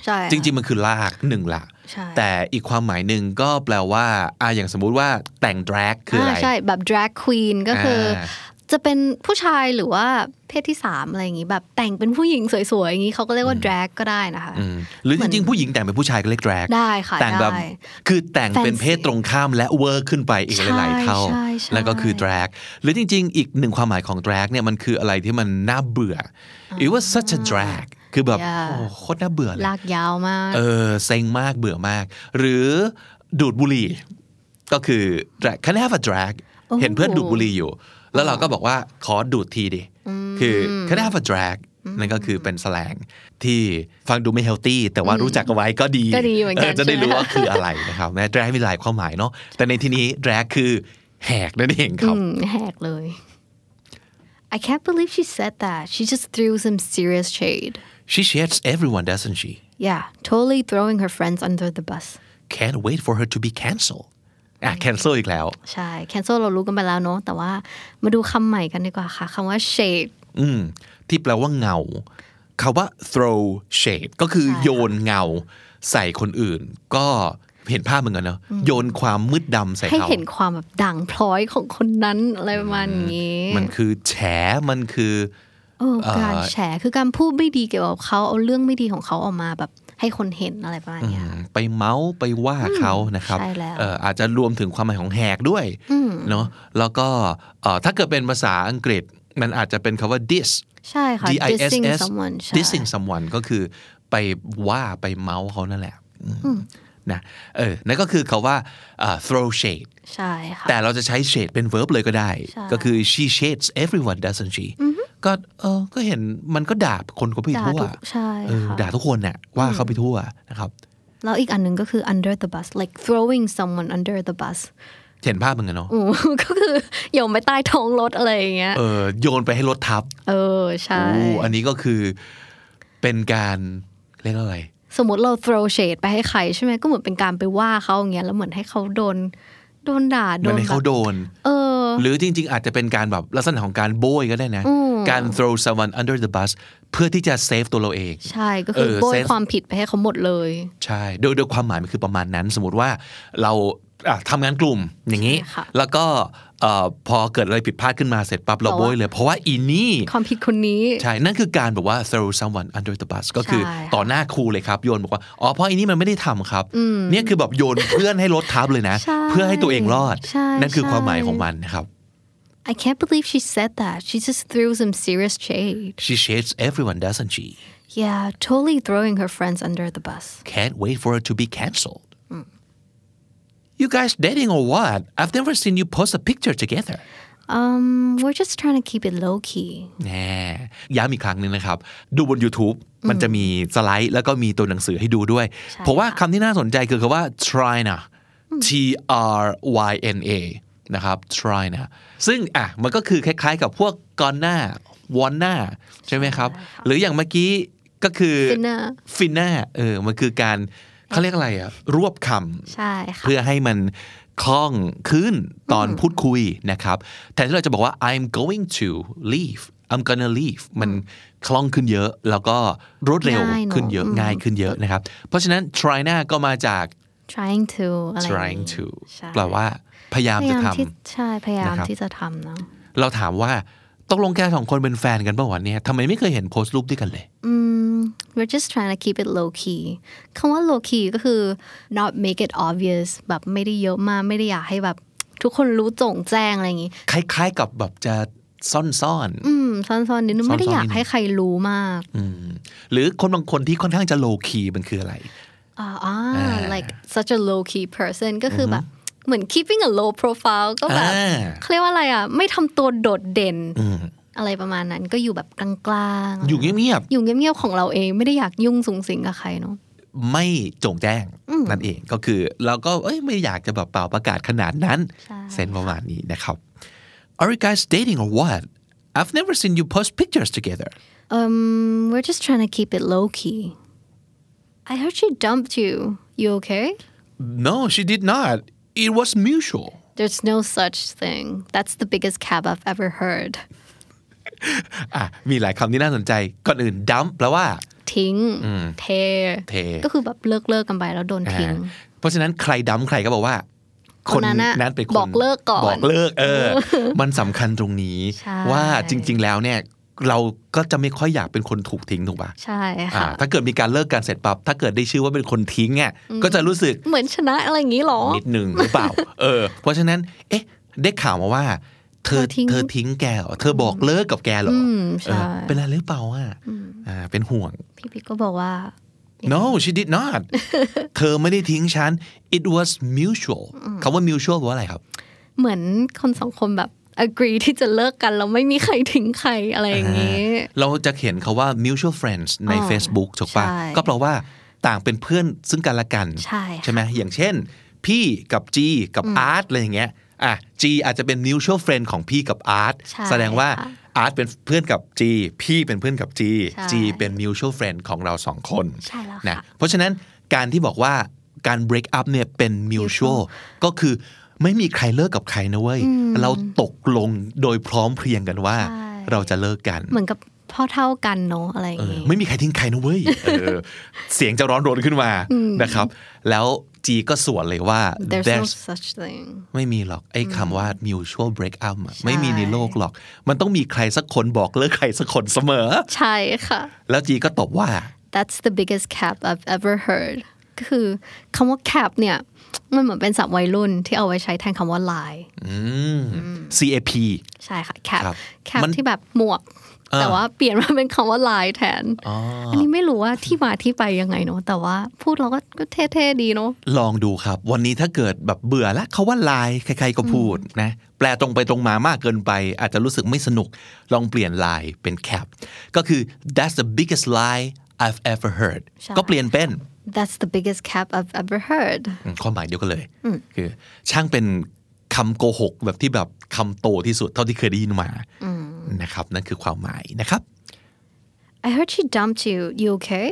S3: ใช่
S2: จริง ๆ มันคือลากหนึ่งละ
S3: ใช่
S2: แต่อีกความหมายหนึ่งก็แปลว่าอ่ะอย่างสมมุติว่าแต่ง drag คืออะไร
S3: าใช่แบบ drag queen ก็คืออา จะเป็นผู้ชายหรือว่าเพศที่สามอะไรอย่างนี้แบบแต่งเป็นผู้หญิงสวยๆอย่างนี้เขาก็เรียกว่า drag ก็ได้นะคะ
S2: อืมหรือจริง ๆ ผู้หญิงแต่งเป็นผู้ชายก็เรียก drag
S3: ได้ค่ะ
S2: แต่งแบบ
S3: ได้
S2: คือแต่งเป็น
S3: Fancy
S2: เพศตรงข้ามและเวอร์ขึ้นไปอีก
S3: ใช่
S2: หลายๆเท่า
S3: ใช่ใช่
S2: แล้วก็คือ drag หรือจริง ๆ อีกหนึ่งความหมายของ drag เนี่ยมันคืออะไรที่มันน่าเบื่ออ it was such a drag คือแบบโอ้โหโคตรน่าเบื่อเลย
S3: ลากยาวมาก
S2: เออเซ็งมากเบื่อมาก หรือดูดบุหรี่ก็คือ drag can I have a drag เห็นเพื่อนดูดบุหรี่อยู่ แล้วเราก็บอกว่าขอดูดทีดิคือ can I have a drag นั่นก็คือเป็นแสลงที่ฟังดูไม่เฮลตี้แต่ว่ารู้จักเอาไว้ก็ดี
S3: ก็ดีเหมือนกัน
S2: จะได้
S3: ใช่หม
S2: รู้ว่าคืออะไรนะครับนะแดรกมีหลายความหมายเนาะแต่ในที่นี้แดรกคือแหกนั่นเองครับ
S3: อืมแหกเลย I can't believe she said that she just threw some serious shade
S2: she shades everyone doesn't she
S3: yeah totally throwing her friends under the bus
S2: can't wait for her to be cancelled อ่ะ cancel อีกแล้ว
S3: ใช่ cancel เรารู้กันไปแล้วเนอะแต่ว่ามาดูคำใหม่กันดีกว่าค่ะคำว่า shade
S2: อืม ที่แปลว่าเงาคาว่า throw shade ก็คือโยนเงาใส่คนอื่น ก็เห็นภาพเหมือนกันเนาะโยนความมืดดำใส่
S3: ให้
S2: เขา
S3: เห็นความแบบด่างพร้อยของคนนั้นอะไรประมาณนี้
S2: มันคือแฉมันคือ
S3: เออการแฉคือการพูดไม่ดีเกี่ยวกับเขาเอาเรื่องไม่ดีของเขาออกมาแบบให้คนเห็นอะไรประมาณเนี้ย
S2: ไปเมาส์ไปว่าเขานะครับ
S3: ใช่แล้ว
S2: เอ่ออาจจะรวมถึงความหมายของแหกด้วยเนาะแล้วก็เอ่อถ้าเกิดเป็นภาษาอังกฤษ มันอาจจะเป็นคำว่า diss
S3: ใช่ค่ะ
S2: D I S
S3: dissing
S2: S
S3: someone ใช่
S2: dissing someone ก็คือไปว่าไปเมาส์เขานั่นแหละอืมนะเออนั่นก็คือคาว่าเอ่อ throw shade
S3: ใช่ค่ะ
S2: แต่เราจะใช้ shade เป็น verb เลยก็ได้
S3: ใช่
S2: ก็คือ she shades everyone doesn't she ก็เออก็เห็นมันก็ด่าคนเขาไป
S3: ด่า
S2: ทั่ว
S3: ทุกใช่
S2: เออ
S3: ค่ะ
S2: ด่าทุกคนเนี่ยว่าเขาไปทั่วนะครับ
S3: แล้วอีกอันหนึ่งก็คือ under the bus like throwing someone under the bus
S2: เห็นภาพเหมือนกันเนาะ
S3: อู้ ก็คือโยนไปใต้ท้องรถอะไรอย่างเงี้ย
S2: เออโยนไปให้รถทับ
S3: เออใช่
S2: โอ้อันนี้ก็คือเป็นการเรียกว่าอะไร
S3: สมมติเรา throw shade ไปให้ใครใช่ไหมก็เหมือนเป็นการไปว่าเขาอย่างเงี้ยแล้วเหมือนให้เขาโดน โดนด่า
S2: เห
S3: โด
S2: มัน
S3: น
S2: ให้เขา
S3: แบบ
S2: โดน
S3: เออ
S2: หรือจริง ๆ อาจจะเป็นการแบบลักษณะของการโบยก็ได้นะ การ throw someone under the bus เพื่อที่จะ save ตัวเราเอง
S3: ใช่ก็คือ
S2: เออ
S3: โบย
S2: sense
S3: ความผิดไปให้เขาหมดเลย
S2: ใช่โดยโดยความหมายมันคือประมาณนั้น สมมติว่าเราอ่ะทำงานกลุ่มอย่างนี้
S3: ใช่ค่ะ
S2: แล้วก็เอ่อพอเกิดอะไรผิดพลาดขึ้นมาเสร็จปั๊บเราโบยเลย เพราะว่าอีนี่
S3: ความผิดคนนี้
S2: ใช่ นั่นคือการแบบว่า throw someone under the bus ก็คือ
S3: ใช่
S2: ต่อหน้าครูเลยครับ โยนบอกว่า อ๋อ เพราะอันนี้มันไม่ได้ทำครับ เนี่ยคือแบบโยนเพื่อนให้รถทับเลยนะ
S3: ใช่
S2: เพื่อให้ตัวเองรอด
S3: ใช่
S2: นั่นคือ
S3: ใช่
S2: ความหมายของมันนะครับ
S3: I can't believe she said that she just threw some serious shade
S2: she shades everyone doesn't she
S3: yeah totally throwing her friends under the bus
S2: can't wait for her to be cancelled you guys dating or what I've never seen you post a picture together
S3: um we're just trying to keep it low key
S2: แน่ย้ำอีกครั้งหนึ่งนะครับ ดูบน YouTube มันจะมีสไลด์ แล้วก็มีตัวหนังสือให้ดูด้วย เพราะว่าคำที่น่าสนใจคือคำว่า try นะ T R Y N A นะครับ try นะ ซึ่งอ่ะมันก็คือคล้ายๆกับพวกกอนหน้าวอนหน้าใช่ไหมครับ หรืออย่างเมื่อกี้ ก็คือ
S3: Finna
S2: ฟินน่าเออมันคือการเขาเรียกอะไรอะรวบคำ
S3: ใช่ค่ะ
S2: เพื่อให้มันคล่องขึ้นตอนพูดคุยนะครับแทนที่เราจะบอกว่า I'm going to leave I'm gonna leave มันคล่องขึ้นเยอะ แล้วก็รวดเร็ว
S3: ง่ายเนอะ
S2: ขึ้นเยอะ
S3: อืม
S2: ง่ายขึ้นเยอะนะครับ เพราะฉะนั้น try หน้าก็มาจาก
S3: trying to อะไรอย่างงี้
S2: trying to
S3: ใช่
S2: แปลว่าพยายาม
S3: พยา
S2: จะ
S3: ยาม
S2: ท
S3: ที่ใช่พยายาม
S2: นะครับ
S3: ที่จะทำเนาะ
S2: ำเราถามว่าตกลงแกสองคนเป็นแฟนกันป่าวะเนี่ยทำไมไม่เคยเห็นโพสต์รูปด้วยกันเลย
S3: อืม we're just trying to keep it low key คำว่า low key ก็คือ not make it obvious แบบไม่ได้เยอะมากไม่ได้อยากให้แบบทุกคนรู้โจงแจ้งอะไรอย่างงี้
S2: คล้ายๆกับแบบจะซ่อนๆ
S3: อืมซ่อนๆนิดนึงไม่ได้
S2: ซ่อนๆ
S3: อยา
S2: นิ
S3: ก
S2: ดนึง
S3: ให้ใครรู้มาก
S2: อืมหรือคนบางคนที่ค่อนข้างจะโลคีมันคืออะไร
S3: อ่าอ่า like such a low key person ก็คือแบบเหมือน keeping a low profile ก็แบบ
S2: อ่า
S3: เขาเรียกว่าอะไรอ่ะ ไม่ทำตัวโดดเด่น
S2: อืม
S3: อะไรประมาณนั้นก็อยู่แบบกลางๆ
S2: อยู่เงียบๆ
S3: อยู่เงียบๆของเราเองไม่ได้อยากยุ่งสุงสิงกับใครเนาะ
S2: ไม่โจงแจ้งนั่นเองก็คือเราก็เอ้ยไม่อยากจะแบบเป่าประกาศขนาดนั้น
S3: ใช่
S2: เซนประมาณนี้นะครับ Are you guys dating or what? I've never seen you post pictures together.
S3: um we're just trying to keep it low key I heard she dumped you you okay
S2: No, she did not. It was mutual.
S3: there's no such thing that's the biggest cab I've ever heard
S2: อ่ะมีหลายคำที่น่าสนใจ ก่อนอื่นดัมแปลว่า
S3: ทิ้งเท
S2: เท
S3: ก็คือแบบเลิกเลิกๆกันไปแล้วโดนทิ้ง
S2: อ่าเพราะฉะนั้นใครดัมใครก็บอกว่า
S3: คนนั้นน่ะ
S2: นั้นเป็นคน
S3: บอกเลิกก่อน
S2: บอกเลิกเอ อ มันสำคัญตรงนี้
S3: ใช่
S2: ว่าจริง ๆ แล้วเนี่ย เราก็จะไม่ค่อยอยากเป็นคนถูกทิ้งถูกปะ
S3: ใช่
S2: อ่า
S3: ค่ะ
S2: ถ้าเกิดมีการเลิกกันเสร็จปั๊บ ถ้าเกิดได้ชื่อว่าเป็นคนทิ้งอ่ะก็จะรู้สึก
S3: เหมือนชนะอะไรอย่างนี้หรอ
S2: นิดหนึ่งหรือเปล่า เออ เพราะฉะนั้น เอ๊ะ ได้ข่าวมาว่า เธอ
S3: เธอทิ้ง
S2: เธอทิ้งแกเหรอเธอบอกเลิกกับแกเหรออ
S3: มใช่
S2: เออเป็นอะไรหรือเปล่าอ่ะอ่า เป็นห่วง
S3: พี่ปิ๊กก็บอกว่า
S2: no she did not เธอไม่ได้ทิ้งฉัน it was mutual คำว่า mutual แปลว่าอะไรครับ
S3: เหมือนคนสองคนแบบ agree ที่จะเลิกกันแล้วไม่มีใครทิ้งใครอะไรอย่างนี้
S2: เราจะเห็นคาว่า mutual friends ใน
S3: อ๋อ
S2: Facebook ถูกปะ
S3: ใช่
S2: ก็แปลว่าต่างเป็นเพื่อนซึ่งกันและกัน
S3: ใช่ค่ะ
S2: ใช่ไหมอย่างเช่น พี่กับจีกับอาร์ตอะไรอย่างเงี้ยอ่ะจีอาจจะเป็น mutual friend ของพี่กับอาร์ต
S3: ใช่
S2: แสดงว่า
S3: ค่ะ
S2: อาร์ตเป็นเพื่อนกับจีพี่เป็นเพื่อนกับจี
S3: ใช่
S2: จีเป็น mutual friend ของเราสองคน
S3: ใช่แล้วค่ะ
S2: นะเพราะฉะนั้นการที่บอกว่าการ break up เนี่ยเป็น mutual ก็คือไม่มีใครเลิกกับใครนะเว้ยเราตกลงโดยพร้อมเพรียงกันว่า
S3: ใช่
S2: เราจะเลิกกัน
S3: เหมือนกับพ่อเท่ากันเนาะอะไรอย่างนี้
S2: ไม่มีใครทิ้งใครนะเว้ยเออ เสียงจะร้อนรนขึ้นมานะครับ แล้วจีก็สวนเลยว่า
S3: there's no
S2: there's
S3: such thing
S2: ไม่มีหรอก ไอ้คำว่า mutual breakup อะไม่มีในโลกหรอก มันต้องมีใครสักคนบอกเลิกใครสักคนเสมอ
S3: ใช่ค่ะ
S2: แล้วจีก็ตอบว่า
S3: that's the biggest cap I've ever heard ก็คือคำว่า cap เนี่ย มันเหมือนเป็นศัพท์วัยรุ่นที่เอาไว้ใช้แทนคำว่า lie
S2: อืม CAP
S3: ใช่ค่ะ cap
S2: ครับมั
S3: cap
S2: น
S3: ที่แบบหมวก
S2: อ่า
S3: แต่ว่าเปลี่ยนมาเป็นคำว่า lie แทน
S2: อ๋อ
S3: อันนี้ไม่รู้ว่าที่มาที่ไปยังไงเนาะแต่ว่าพูดเราก็ก็เท่ๆดีเนาะ
S2: ลองดูครับ วันนี้ถ้าเกิดแบบเบื่อละเขาว่าลายใครๆก็พูดนะ แปลตรงไปตรงมามากเกินไป อาจจะรู้สึกไม่สนุก ลองเปลี่ยนลายเป็น cap ก็คือ that's the biggest lie I've ever heard
S3: ใช่
S2: ก็เปลี่ยนเป็น
S3: That's the biggest cap I've ever heard
S2: อืมความหมายเดียวกันเลย คือ ช่างเป็นคำโกหกแบบที่แบบคำโตที่สุดเท่าที่เคยได้ยินมานะครับ นั่นคือความหมายนะครับ
S3: I heard she dumped you. You okay?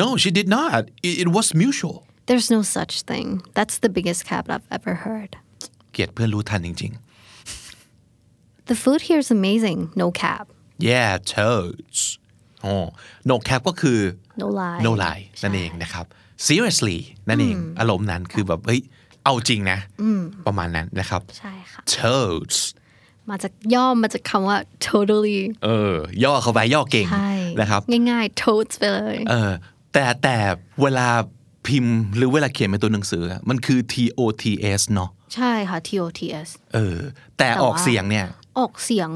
S2: No she did not it, it was mutual
S3: There's no such thing. That's the biggest cap I've ever heard.
S2: เกลียดเพื่อนรู้ทันจริง
S3: The food here is amazing. No cap.
S2: ๆ Yeah toads อ๋อ no cap ก็คือ
S3: No lie.
S2: no lie นั่นเองนะครับ seriously นั่นเอง อารมณ์นั้นคือแบบ เฮ้ย เอาจริงนะ ประมาณนั้นนะครับ
S3: ใช่ค่ะ
S2: toads
S3: มาจากย่อมาจากคำว่า totally
S2: เออ ย่อเข้าไปย่อเก่ง
S3: ใช่
S2: นะครับ
S3: ง่ายๆ totes ไปเลย
S2: เออแต่แต่เวลาพิมพ์หรือเวลาเขียนเป็นตัวหนังสืออะมันคือ T O T S เนาะ
S3: ใช่ค่ะ tots
S2: เออ แต่ออกเสียงเนี่ย
S3: ออกเสียง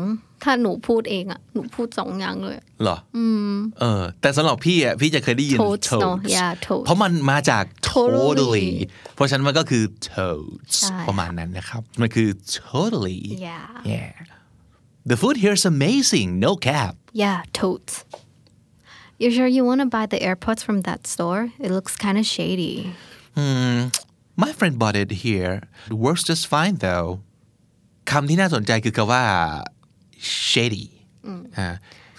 S3: ถ้าหนูพูดเองอะหนูพูดสองอย่างเลย
S2: เหรออเออ แต่สำหรับพี่อ่ะพี่จะเคยได้ยิน
S3: Toads เนอะ
S2: toads
S3: Yeah, toads
S2: เพราะมันมาจาก
S3: Totally
S2: totally เพราะฉะนั้นมันก็คือ toads
S3: ใช่
S2: ประมาณนั้นนะครับ มันคือ totally
S3: yeah
S2: yeah the food here is amazing no cap
S3: Yeah, totes. You sure you want to buy the AirPods from that store? It looks kind of shady.
S2: My friend bought it here. It works just fine though. คำที่น่าสนใจคือคำว่า shady อ่า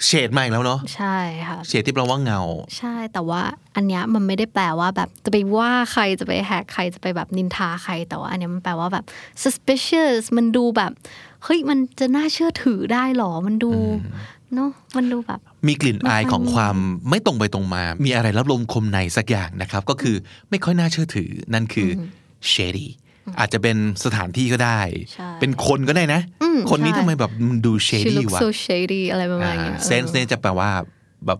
S2: เฉดมาอีกแล้วเนาะ
S3: ใช่ค่ะ
S2: เฉดที่แปลว่าเงา
S3: ใช่แต่ว่าอันเนี้ยมันไม่ได้แปลว่าแบบจะไปว่าใครจะไปแหกใครจะไปแบบนินทาใครแต่ว่าอันเนี้ยมันแปลว่าแบบ suspicious มันดูแบบเฮ้ยมันจะน่าเชื่อถือได้หรอมันดูเนาะมันดูแบบ
S2: มีกลิ่นอายของความไม่ตรงไปตรงมา มีอะไรรับลมคมในสักอย่างนะครับ ก็คือไม่ค่อยน่าเชื่อถือ นั่นคืออ shady อาจจะเป็นสถานที่ก็ได้
S3: ใช่
S2: เป็นคนก็ได้นะ
S3: อืม
S2: คนนี้
S3: ใช่
S2: ทำไมแบบมันดู
S3: she
S2: shady
S3: looks
S2: วะ
S3: so shady อะไรประมาณเนี้ย
S2: เซนส์เนี่ยจะแปลว่าแบบ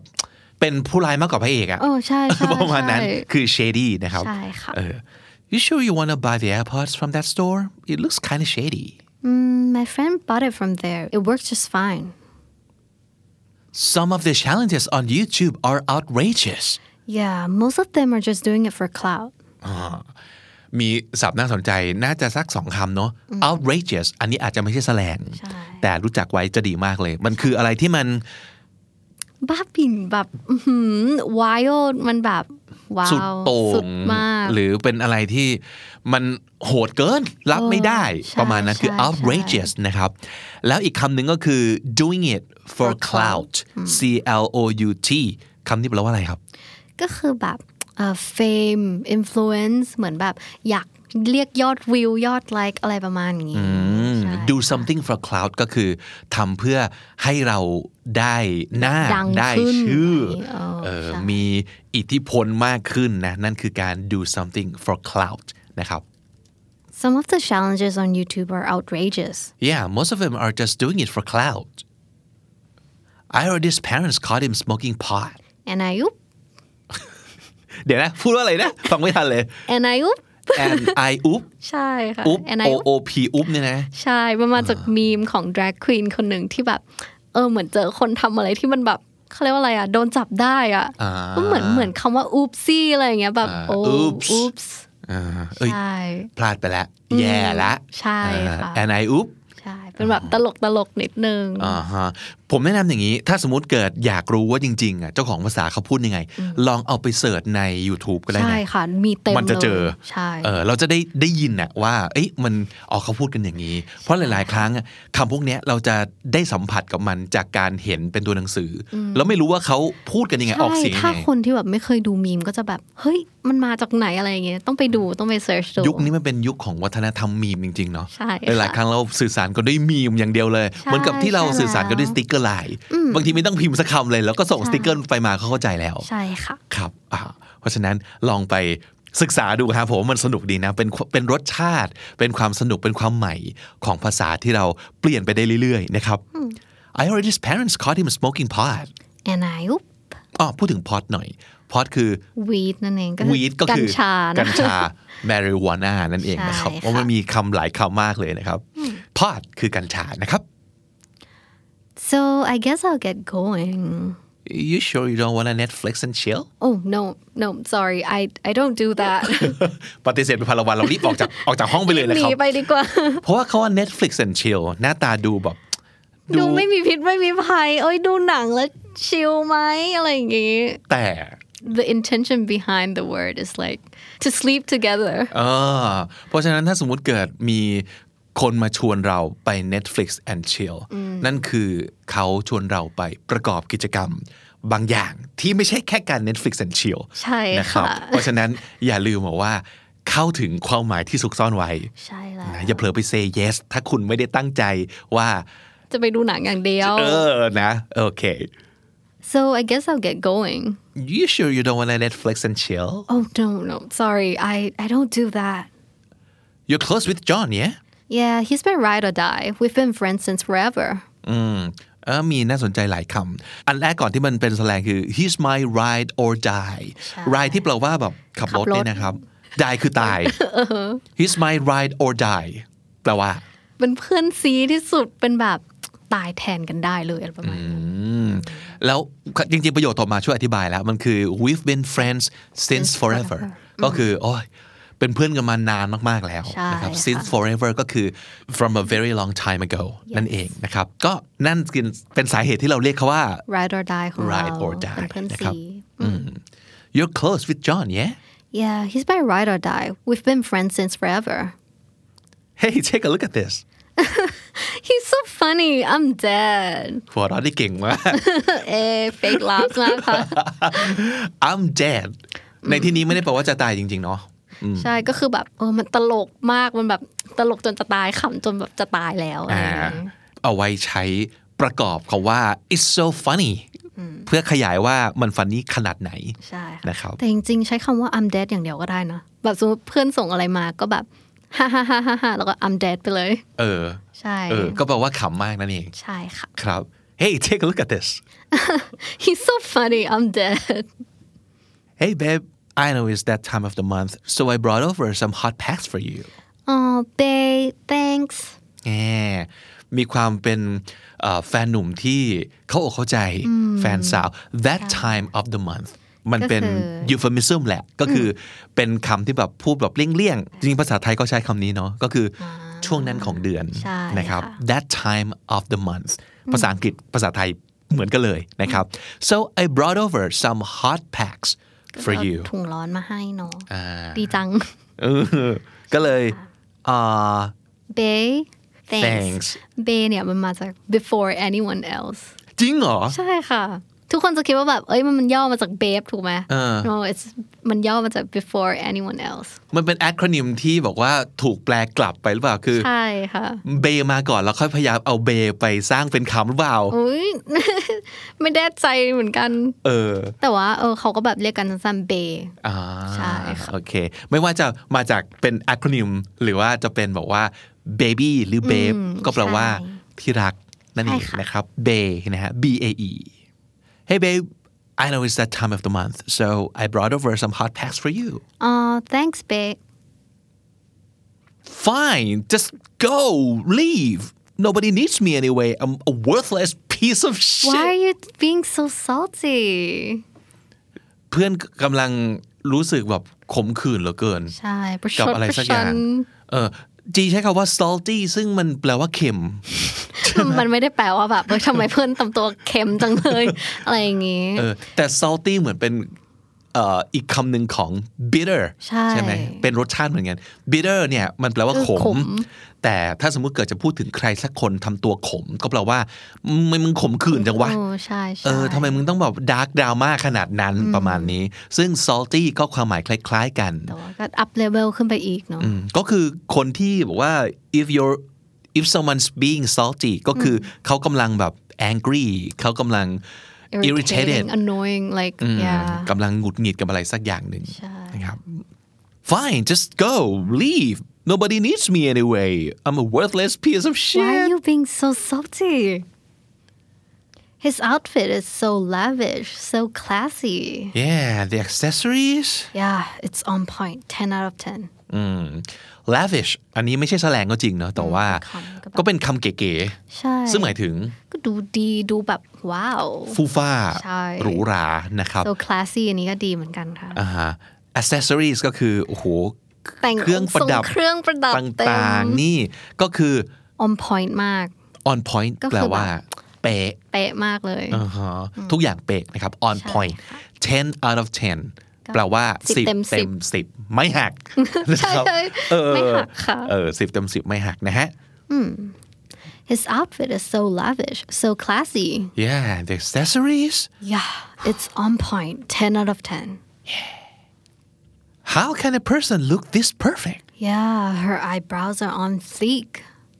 S2: เป็นผู้ร้ายมากกว่าพระเอกอะ
S3: เออใช่ใช่
S2: ประมาณนั้น
S3: ใช่
S2: คือ shady นะครับ
S3: ใช่ค่ะ
S2: เออ you sure you wanna buy the AirPods from that store it looks kind of shady
S3: Mm, my friend bought it from there it works just fine
S2: some of the challenges on YouTube are outrageous
S3: yeah most of them are just doing it for clout
S2: มีศัพท์น่าสนใจน่าจะสักสองคำเนาะ outrageous อันนี้อาจจะไม่ใช่แสลง
S3: ใช่
S2: แต่รู้จักไว้จะดีมากเลย มันคืออะไรที่มัน
S3: บ้าบิ่นแบบอื้อหือ mm-hmm, wild มันแบบว้า
S2: สุด
S3: ว
S2: โต่
S3: สุ
S2: ง
S3: ดมาก
S2: หรือเป็นอะไรที่มันโหดเกิน รับไม่ได้
S3: ใช่
S2: ประมาณนั้นคือ
S3: ใช่ใช่
S2: outrageous นะครับ แล้วอีกคำหนึ่งก็คือ doing it for clout C L O U T คำนี้แปลว่าอะไรครับ
S3: ก็คือแบบเอ่อ Uh, fame influence เหมือนแบบอยากเรียกยอดวิวยอดไลค์อะไรประมาณนี้
S2: อืม
S3: ใช่
S2: do something for cloud ก็คือทำเพื่อให้เราได้หน้า
S3: ดัง
S2: ได้
S3: ขึ้น
S2: ชื่อ
S3: ไหมเออ
S2: เออ
S3: ใช่
S2: มีอิทธิพลมากขึ้นนะ นั่นคือการ do something for cloud นะครับ
S3: Some of the challenges on YouTube are outrageous
S2: yeah most of them are just doing it for cloud I heard his parents caught him smoking pot
S3: and I oop
S2: เดี๋ยวนะ พูดว่าอะไรนะ ฟังไม่ทันเลย
S3: and I oop
S2: and I oop
S3: ใช่ค่ะ
S2: oop oh,
S3: and
S2: o
S3: I oop
S2: o p oop เนี่ยนะ
S3: ใช่มันมาจากมีมของ drag queen คนหนึ่งที่แบบ เออเหมือนเจอคนทำอะไรที่มันแบบเขาเรียกว่าอะไรอ่ะ โดนจับได้อ่ะ
S2: อ่า
S3: ก็เหมือนเหมือนคำว่า oopsie อะไรอย่างเงี้ยแบบ
S2: อ่า
S3: โอ้
S2: oops
S3: oops
S2: อ่าเอ้ย
S3: ใช่
S2: พลาดไปแล้วแย่ละ
S3: ใช่ค่ะ
S2: อ่า and I oop
S3: ใช่ เป็นแบบตลกตลกๆนิดนึง
S2: อ่าฮะผมแนะนำอย่างนี้ ถ้าสมมติเกิดอยากรู้ว่าจริงๆอ่ะเจ้าของภาษาเขาพูดยังไง ลองเอาไปเสิร์ชใน YouTube ก็ได้นะ
S3: ใช่ค่ะ มีเต็ม
S2: มันจะเจอ
S3: ลยใช่
S2: เออเราจะได้ได้ยินน่ะว่า เอ๊ะมันอ๋อเขาพูดกันอย่างนี้ เพราะหลาย ๆ ครั้งอ่ะคำพวกเนี้ยเราจะได้สัมผัสกับมันจากการเห็นเป็นตัวหนังสืออแล้วไม่รู้ว่าเขาพูดกันยังไงออก
S3: ใช่
S2: เสียงยั
S3: ถ้าง
S2: ไง
S3: คนที่แบบไม่เคยดูมีมก็จะแบบ เฮ้ย มันมาจากไหนอะไรอย่างเงี้ย ต้องไปดูต้องไปเสิร์ชดู
S2: ยุคนี้มันเป็นยุคของวัฒนธรรมมีมจริง ๆ เนาะ
S3: ใช่
S2: หลายๆครั้งเราสื่อสารกันด้วยมีมอย่างเดียวเลย
S3: ใช่
S2: เหมือนกับที่เรา
S3: ใช่
S2: สื่อสารกันด้วย
S3: แล้
S2: ส
S3: ว
S2: ติกเกอร์ไลน์บางทีไม่ต้องพิมพ์สักคำเลยแล้วก็ส่ง
S3: ใช่
S2: สติกเกอร์ไปมาเขาเข้าใจแล้ว
S3: ใช่ค่ะ
S2: ครับอ่าเพราะฉะนั้นลองไปศึกษาดูครับผมว่ามันสนุกดีนะ เป็นเป็นรสชาติ เป็นความสนุก เป็นความใหม่ของภาษาที่เราเปลี่ยนไปได้เรื่อยๆ นะครับ I heard his parents caught him smoking pot
S3: and I oop
S2: อ๋อพูดถึงพอ t หน่อย พอ t คือ
S3: weed นั่นเองก็
S2: วีดก็
S3: กั
S2: คื
S3: ญ
S2: อ
S3: ชานะ
S2: กัญชา marijuana นั่นเองนะครับ
S3: ใช่ค่ะ
S2: เพราะมันมีคำหลายคำมากเลยนะครับ พอ t คือกัญชานะครับ
S3: so I guess I'll get going
S2: You sure you don't wanna Netflix and chill
S3: oh no no sorry I I don't do that
S2: ปฏิเสธไปพนละวันเรารีบออกจากออกจากห้องไปเลยนะ
S3: ห
S2: ค
S3: นี
S2: รับ
S3: ไปดีกว่า
S2: เพราะว่าเขาว่า Netflix and chill หน้าตาดูแบบ
S3: ดูไม่มีพิษไม่มีภัยเอ้ยดูหนังแล้วชิลไหมอะไรอย่างงี้
S2: แต่
S3: the intention behind the word is like to sleep together
S2: เออ เพราะฉะนั้นถ้าสมมุติเกิดมีคนมาชวนเราไป Netflix and chill นั่นคือเขาชวนเราไปประกอบกิจกรรมบางอย่างที่ไม่ใช่แค่การ Netflix and chill
S3: ใช่
S2: นะครับ
S3: ค่ะ
S2: เพราะฉะนั้นอย่าลืมบอกว่า เข้าถึงความหมายที่ซุกซ่อนไว้
S3: ใช่แล้ว
S2: นะอย่าเผลอไป say yes ถ้าคุณไม่ได้ตั้งใจว่า
S3: จะไปดูหนังอย่างเดียว
S2: เออนะโอเค
S3: so I guess I'll get going
S2: you sure you don't want to Netflix and chill
S3: oh no no sorry I I don't do that
S2: you're close with John yeah
S3: yeah he's my ride or die we've been friends since forever
S2: เออมีน่าสนใจหลายคำ อันแรกก่อนที่มันเป็นแสแลงคือ he's my ride or die ride ที่แปลว่าแบบขับรถ
S3: ขับรถ
S2: เนี่ยนะครับ die คือตาย he's my ride or die แปลว่า
S3: เป็นเพื่อนซีที่สุดเป็นแบบตายแทนกันได้เลยอะไรประมาณนี้
S2: แล้วจริงๆ ประโยคต่อมาช่วยอธิบายแล้ว มันคือ we've been friends since forever ก็คือโอ้ยเป็นเพื่อนกันมานานมาก ๆ แล้ว
S3: ใช่
S2: นะครับ
S3: ค่ะ
S2: since forever ก็คือ from a very long time ago นั่นเองนะครับ ก็นั่นคือเป็นสาเหตุที่เราเรียกเขาว่า
S3: ride or die ของเรา
S2: Ride or die
S3: เป็นเพื่อน
S2: นะครับ
S3: ซี
S2: you're close with John yeah
S3: yeah he's my ride or die we've been friends since forever
S2: hey take a look at this
S3: he's so funny I'm dead
S2: หัวเราะได้เก่งมาก
S3: เอ้ fake laughs มากค่ะ
S2: I'm dead ในที่นี้ไม่ได้แปลว่าจะตายจริง ๆ เนาะอืม
S3: ใช่ก็คือแบบเออมันตลกมากมันแบบตลกจนจะตายขำจนแบบจะตายแล้วอะไรอย่าง
S2: อ่า
S3: เงี้ย
S2: เอาไว้ใช้ประกอบคำว่า it's so funny เพื่อขยายว่ามันฟันนี้ขนาดไหน
S3: ใช่ค่ะ
S2: นะครับ
S3: แต่จริงๆ ใช้คำว่า I'm dead อย่างเดียวก็ได้นะแบบสมมติเพื่อนส่งอะไรมาก็แบบฮ่าฮ่าฮ่าฮ่าฮ่าแล้วก็ I'm dead ไปเลย
S2: เออ
S3: ใช่
S2: เออ ก็แปลว่าขำมากนั่นเอง
S3: ใช่ค่ะ
S2: ครับ Hey take a look at this
S3: He's so funny I'm dead
S2: Hey babe I know it's that time of the month so I brought over some hot packs for you
S3: Oh babe thanks
S2: แหมมีความเป็นเอ่อแฟนหนุ่มที่เขาอกเข้าใจแฟนสาว that time of the month มันเป็น
S3: ก็คือ
S2: euphemism แหละ ก็คือเป็นคำที่แบบพูดแบบเลี่ยงๆ จริงๆ ภาษาไทยก็ใช้คำนี้เนาะ ก็คืออช่วงนั้นของเดือน
S3: ใช่
S2: นะครับ
S3: ค่ะ
S2: that time of the month ภาษาอังกฤษภาษาไทยเหมือนกันเลยนะครับ so I brought over some hot packs for you
S3: ถุงร้อนมาให้เนาะ
S2: อ่า
S3: ดี จัง
S2: เออก็เลยอ่า
S3: babe
S2: Thanks
S3: thanks babe เนี่ยมันมาจาก before anyone else
S2: จริงเหรอ
S3: ใช่ค่ะ ทุกคนจะคิดว่าแบบ เอ้ยมันมันย่อมาจาก babe ถูกไหม
S2: เออ
S3: no it's มันย่อมาจาก before anyone else
S2: มันเป็นแอค o n นิมที่บอกว่าถูกแปลกลับไปหรือเปล่า คือ
S3: ใช่ค่ะ
S2: เบมาก่อนแล้วค่อยพยายามเอาเบไปสร้างเป็นคำหรือเปล่า
S3: อุ้ย ไม่แน่ใจเหมือนกัน
S2: เออ
S3: แต่ว่าเออเขาก็แบบเรียกกันสั้นๆเบ
S2: อ่า
S3: ใช่ค่ะ
S2: โอเค ไม่ว่าจะมาจากเป็นแอค o n นิมหรือว่าจะเป็นบอกว่า baby หรือ babe ก็แปลว่าที่รักนั่นเองนะครับ b นะฮะ b a e hey babe I know it's that time of the month so I brought over some hot packs for you
S3: อ๋อ thanks เบ
S2: fine just go leave nobody needs me anyway I'm a worthless piece of shit
S3: why are you being so salty
S2: เพื่อนกำลังรู้สึกแบบขมขื่นเหลือเกิน
S3: ใช่ประช
S2: กับ
S3: ด
S2: อะไร
S3: ประ
S2: สักอ
S3: ชั
S2: ย่าง
S3: น
S2: เออจีใช้คำว่า salty ซึ่งมันแปลว่าเค็ม
S3: มันไม่ได้แปลว่าแบบเออทำไมเพื่อนตำตัวเค็มจังเลย อะไรอย่างงี้
S2: เออ แต่ salty เหมือนเป็นเอ่ออีกคำหนึ่งของ bitter
S3: ใช่
S2: ไหมเป็นรสชาติเหมือนกัน bitter เนี่ยมันแปลว่าขม
S3: ขม
S2: แต่ถ้าสมมุติเกิดจะพูดถึงใครสักคนทำตัวขม ก็แปลว่ามึงมึงขมขื่นจังวะ
S3: โอ้ใช่ใช่
S2: เออทำไมมึงต้องแบบดาร์กดราม่าขนาดนั้นประมาณนี้ ซึ่ง salty ก็ความหมายคล้ายๆกัน
S3: แต่ว่าก็ up level ขึ้นไปอีกเนาะ
S2: อืมก็คือคนที่บอกว่า if you r e if someone's being salty ก็คือเขากำลังแบบ angry เขากำลัง irritated
S3: irritating annoying like
S2: อืม
S3: yeah
S2: กำลังหงุดหงิดกับอะไรสักอย่างหนึ่ง
S3: ใช่
S2: นะครับ fine just go leave nobody needs me anyway I'm a worthless piece of
S3: why are
S2: shit
S3: you being so salty his outfit is so lavish so classy
S2: yeah the accessories
S3: Yeah, it's on point. 10 out of 10.
S2: อืม lavish อันนี้ไม่ใช่แสลงก็จริงเนาะแต่ว่า
S3: คำก็แบบ
S2: ก็เป็นคำเก๋
S3: ใช่
S2: ๆ ซึ่งหมายถึง
S3: ก็ดูดีดูแบบว้าว
S2: ฟูฟ้า
S3: ใช่
S2: หรูหรานะครับ
S3: so classy อันนี้ก็ดีเหมือนกันค่ะ
S2: อ่าฮะ accessories ก็คือ โอ้โห
S3: แต่ง
S2: เครื่องประดับ
S3: ทงเครื่องประดับ
S2: ต
S3: เต็
S2: ่าง
S3: ม
S2: ๆ นี่ก็คือ
S3: on point มาก
S2: on point
S3: ก็คือ
S2: แปลว่า เป๊ะ
S3: เป๊ะมากเลย
S2: อ่าฮะทุกอย่างเป๊ะนะครับ on point 10 out of 10 แปลว่า
S3: สิบ
S2: 10
S3: เต็มสิ
S2: เต็
S3: บ
S2: ม 10 ไม่หักนะครับ
S3: ใช่
S2: เออ
S3: ไม่หักค่ะ
S2: เออ10 เต็ม 10 ไม่หักนะฮะ
S3: His outfit is so lavish, so classy.
S2: yeah the accessories
S3: Yeah, it's on point. 10 out of 10.
S2: how can a person look this perfect
S3: Yeah, her eyebrows are on fleek.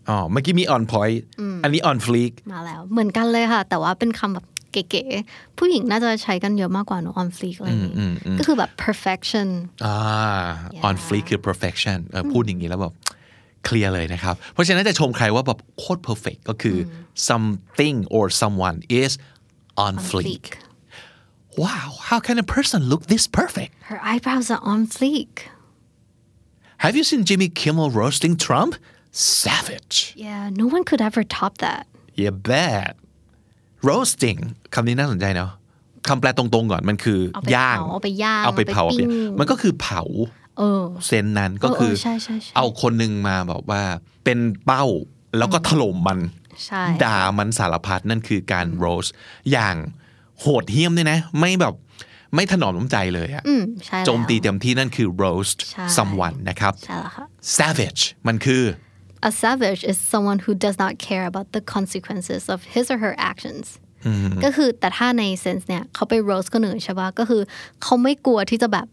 S2: อ๋อ Oh, เมื่อกี้มี on point อันนี้ on fleek
S3: มาแล้ว เหมือนกันเลยค่ะ แต่ว่าเป็นคำแบบเก๋ๆ ผู้หญิงน่าจะใช้กันเยอะมากกว่าเนอะ on fleek อะไรอย่างนี้ก็คือแบบ perfection
S2: อ่า on fleek คือ perfection เออพูดอย่างนี้แล้วแบบเคลียร์เลยนะครับ เพราะฉะนั้นจะชมใครว่าแบบโคตร perfect ก็คืออ something or someone is Mm. on fleek
S3: fleek
S2: wow how can a person look this perfect
S3: Her eyebrows are on fleek.
S2: have you seen Jimmy Kimmel roasting Trump savage
S3: Yeah, no one could ever top that.
S2: you bet roasting คำนี้น่าสนใจเนาะคำแปลตรงๆก่อนมันคือ
S3: เอาไป
S2: ย่าง
S3: เผาเอาไปย่าง
S2: เอาไปเผา
S3: เอาไปปิ้ง
S2: มันก็คือเผา
S3: เออ
S2: เซนนั้นก็คือ
S3: เออเออใช่ใช่ใช่
S2: เอาคนหนึ่งมาแบบว่าเป็นเป้าแล้วก็ถล่มมัน
S3: ใช่
S2: ด่ามันสารพัดนั่นคือการโรส อย่างโหดเหี้ยมด้วยนะ ไม่แบบไม่ถนอมน้ำใจเลยอะ
S3: อืมใช่แล้ว
S2: โจมตีเต็มที่นั่นคือ roast
S3: ใช่
S2: someone นะครับ
S3: ใช่แล้วค่ะ
S2: savage มันคือ
S3: a savage is someone who does not care about the consequences of his or her actions ก็คือแต่ถ้าในเซนส์เนี่ยเขาไปโรสก็หนึ่งใช่ปะก็คือเขาไม่กลัวที่จะแบบ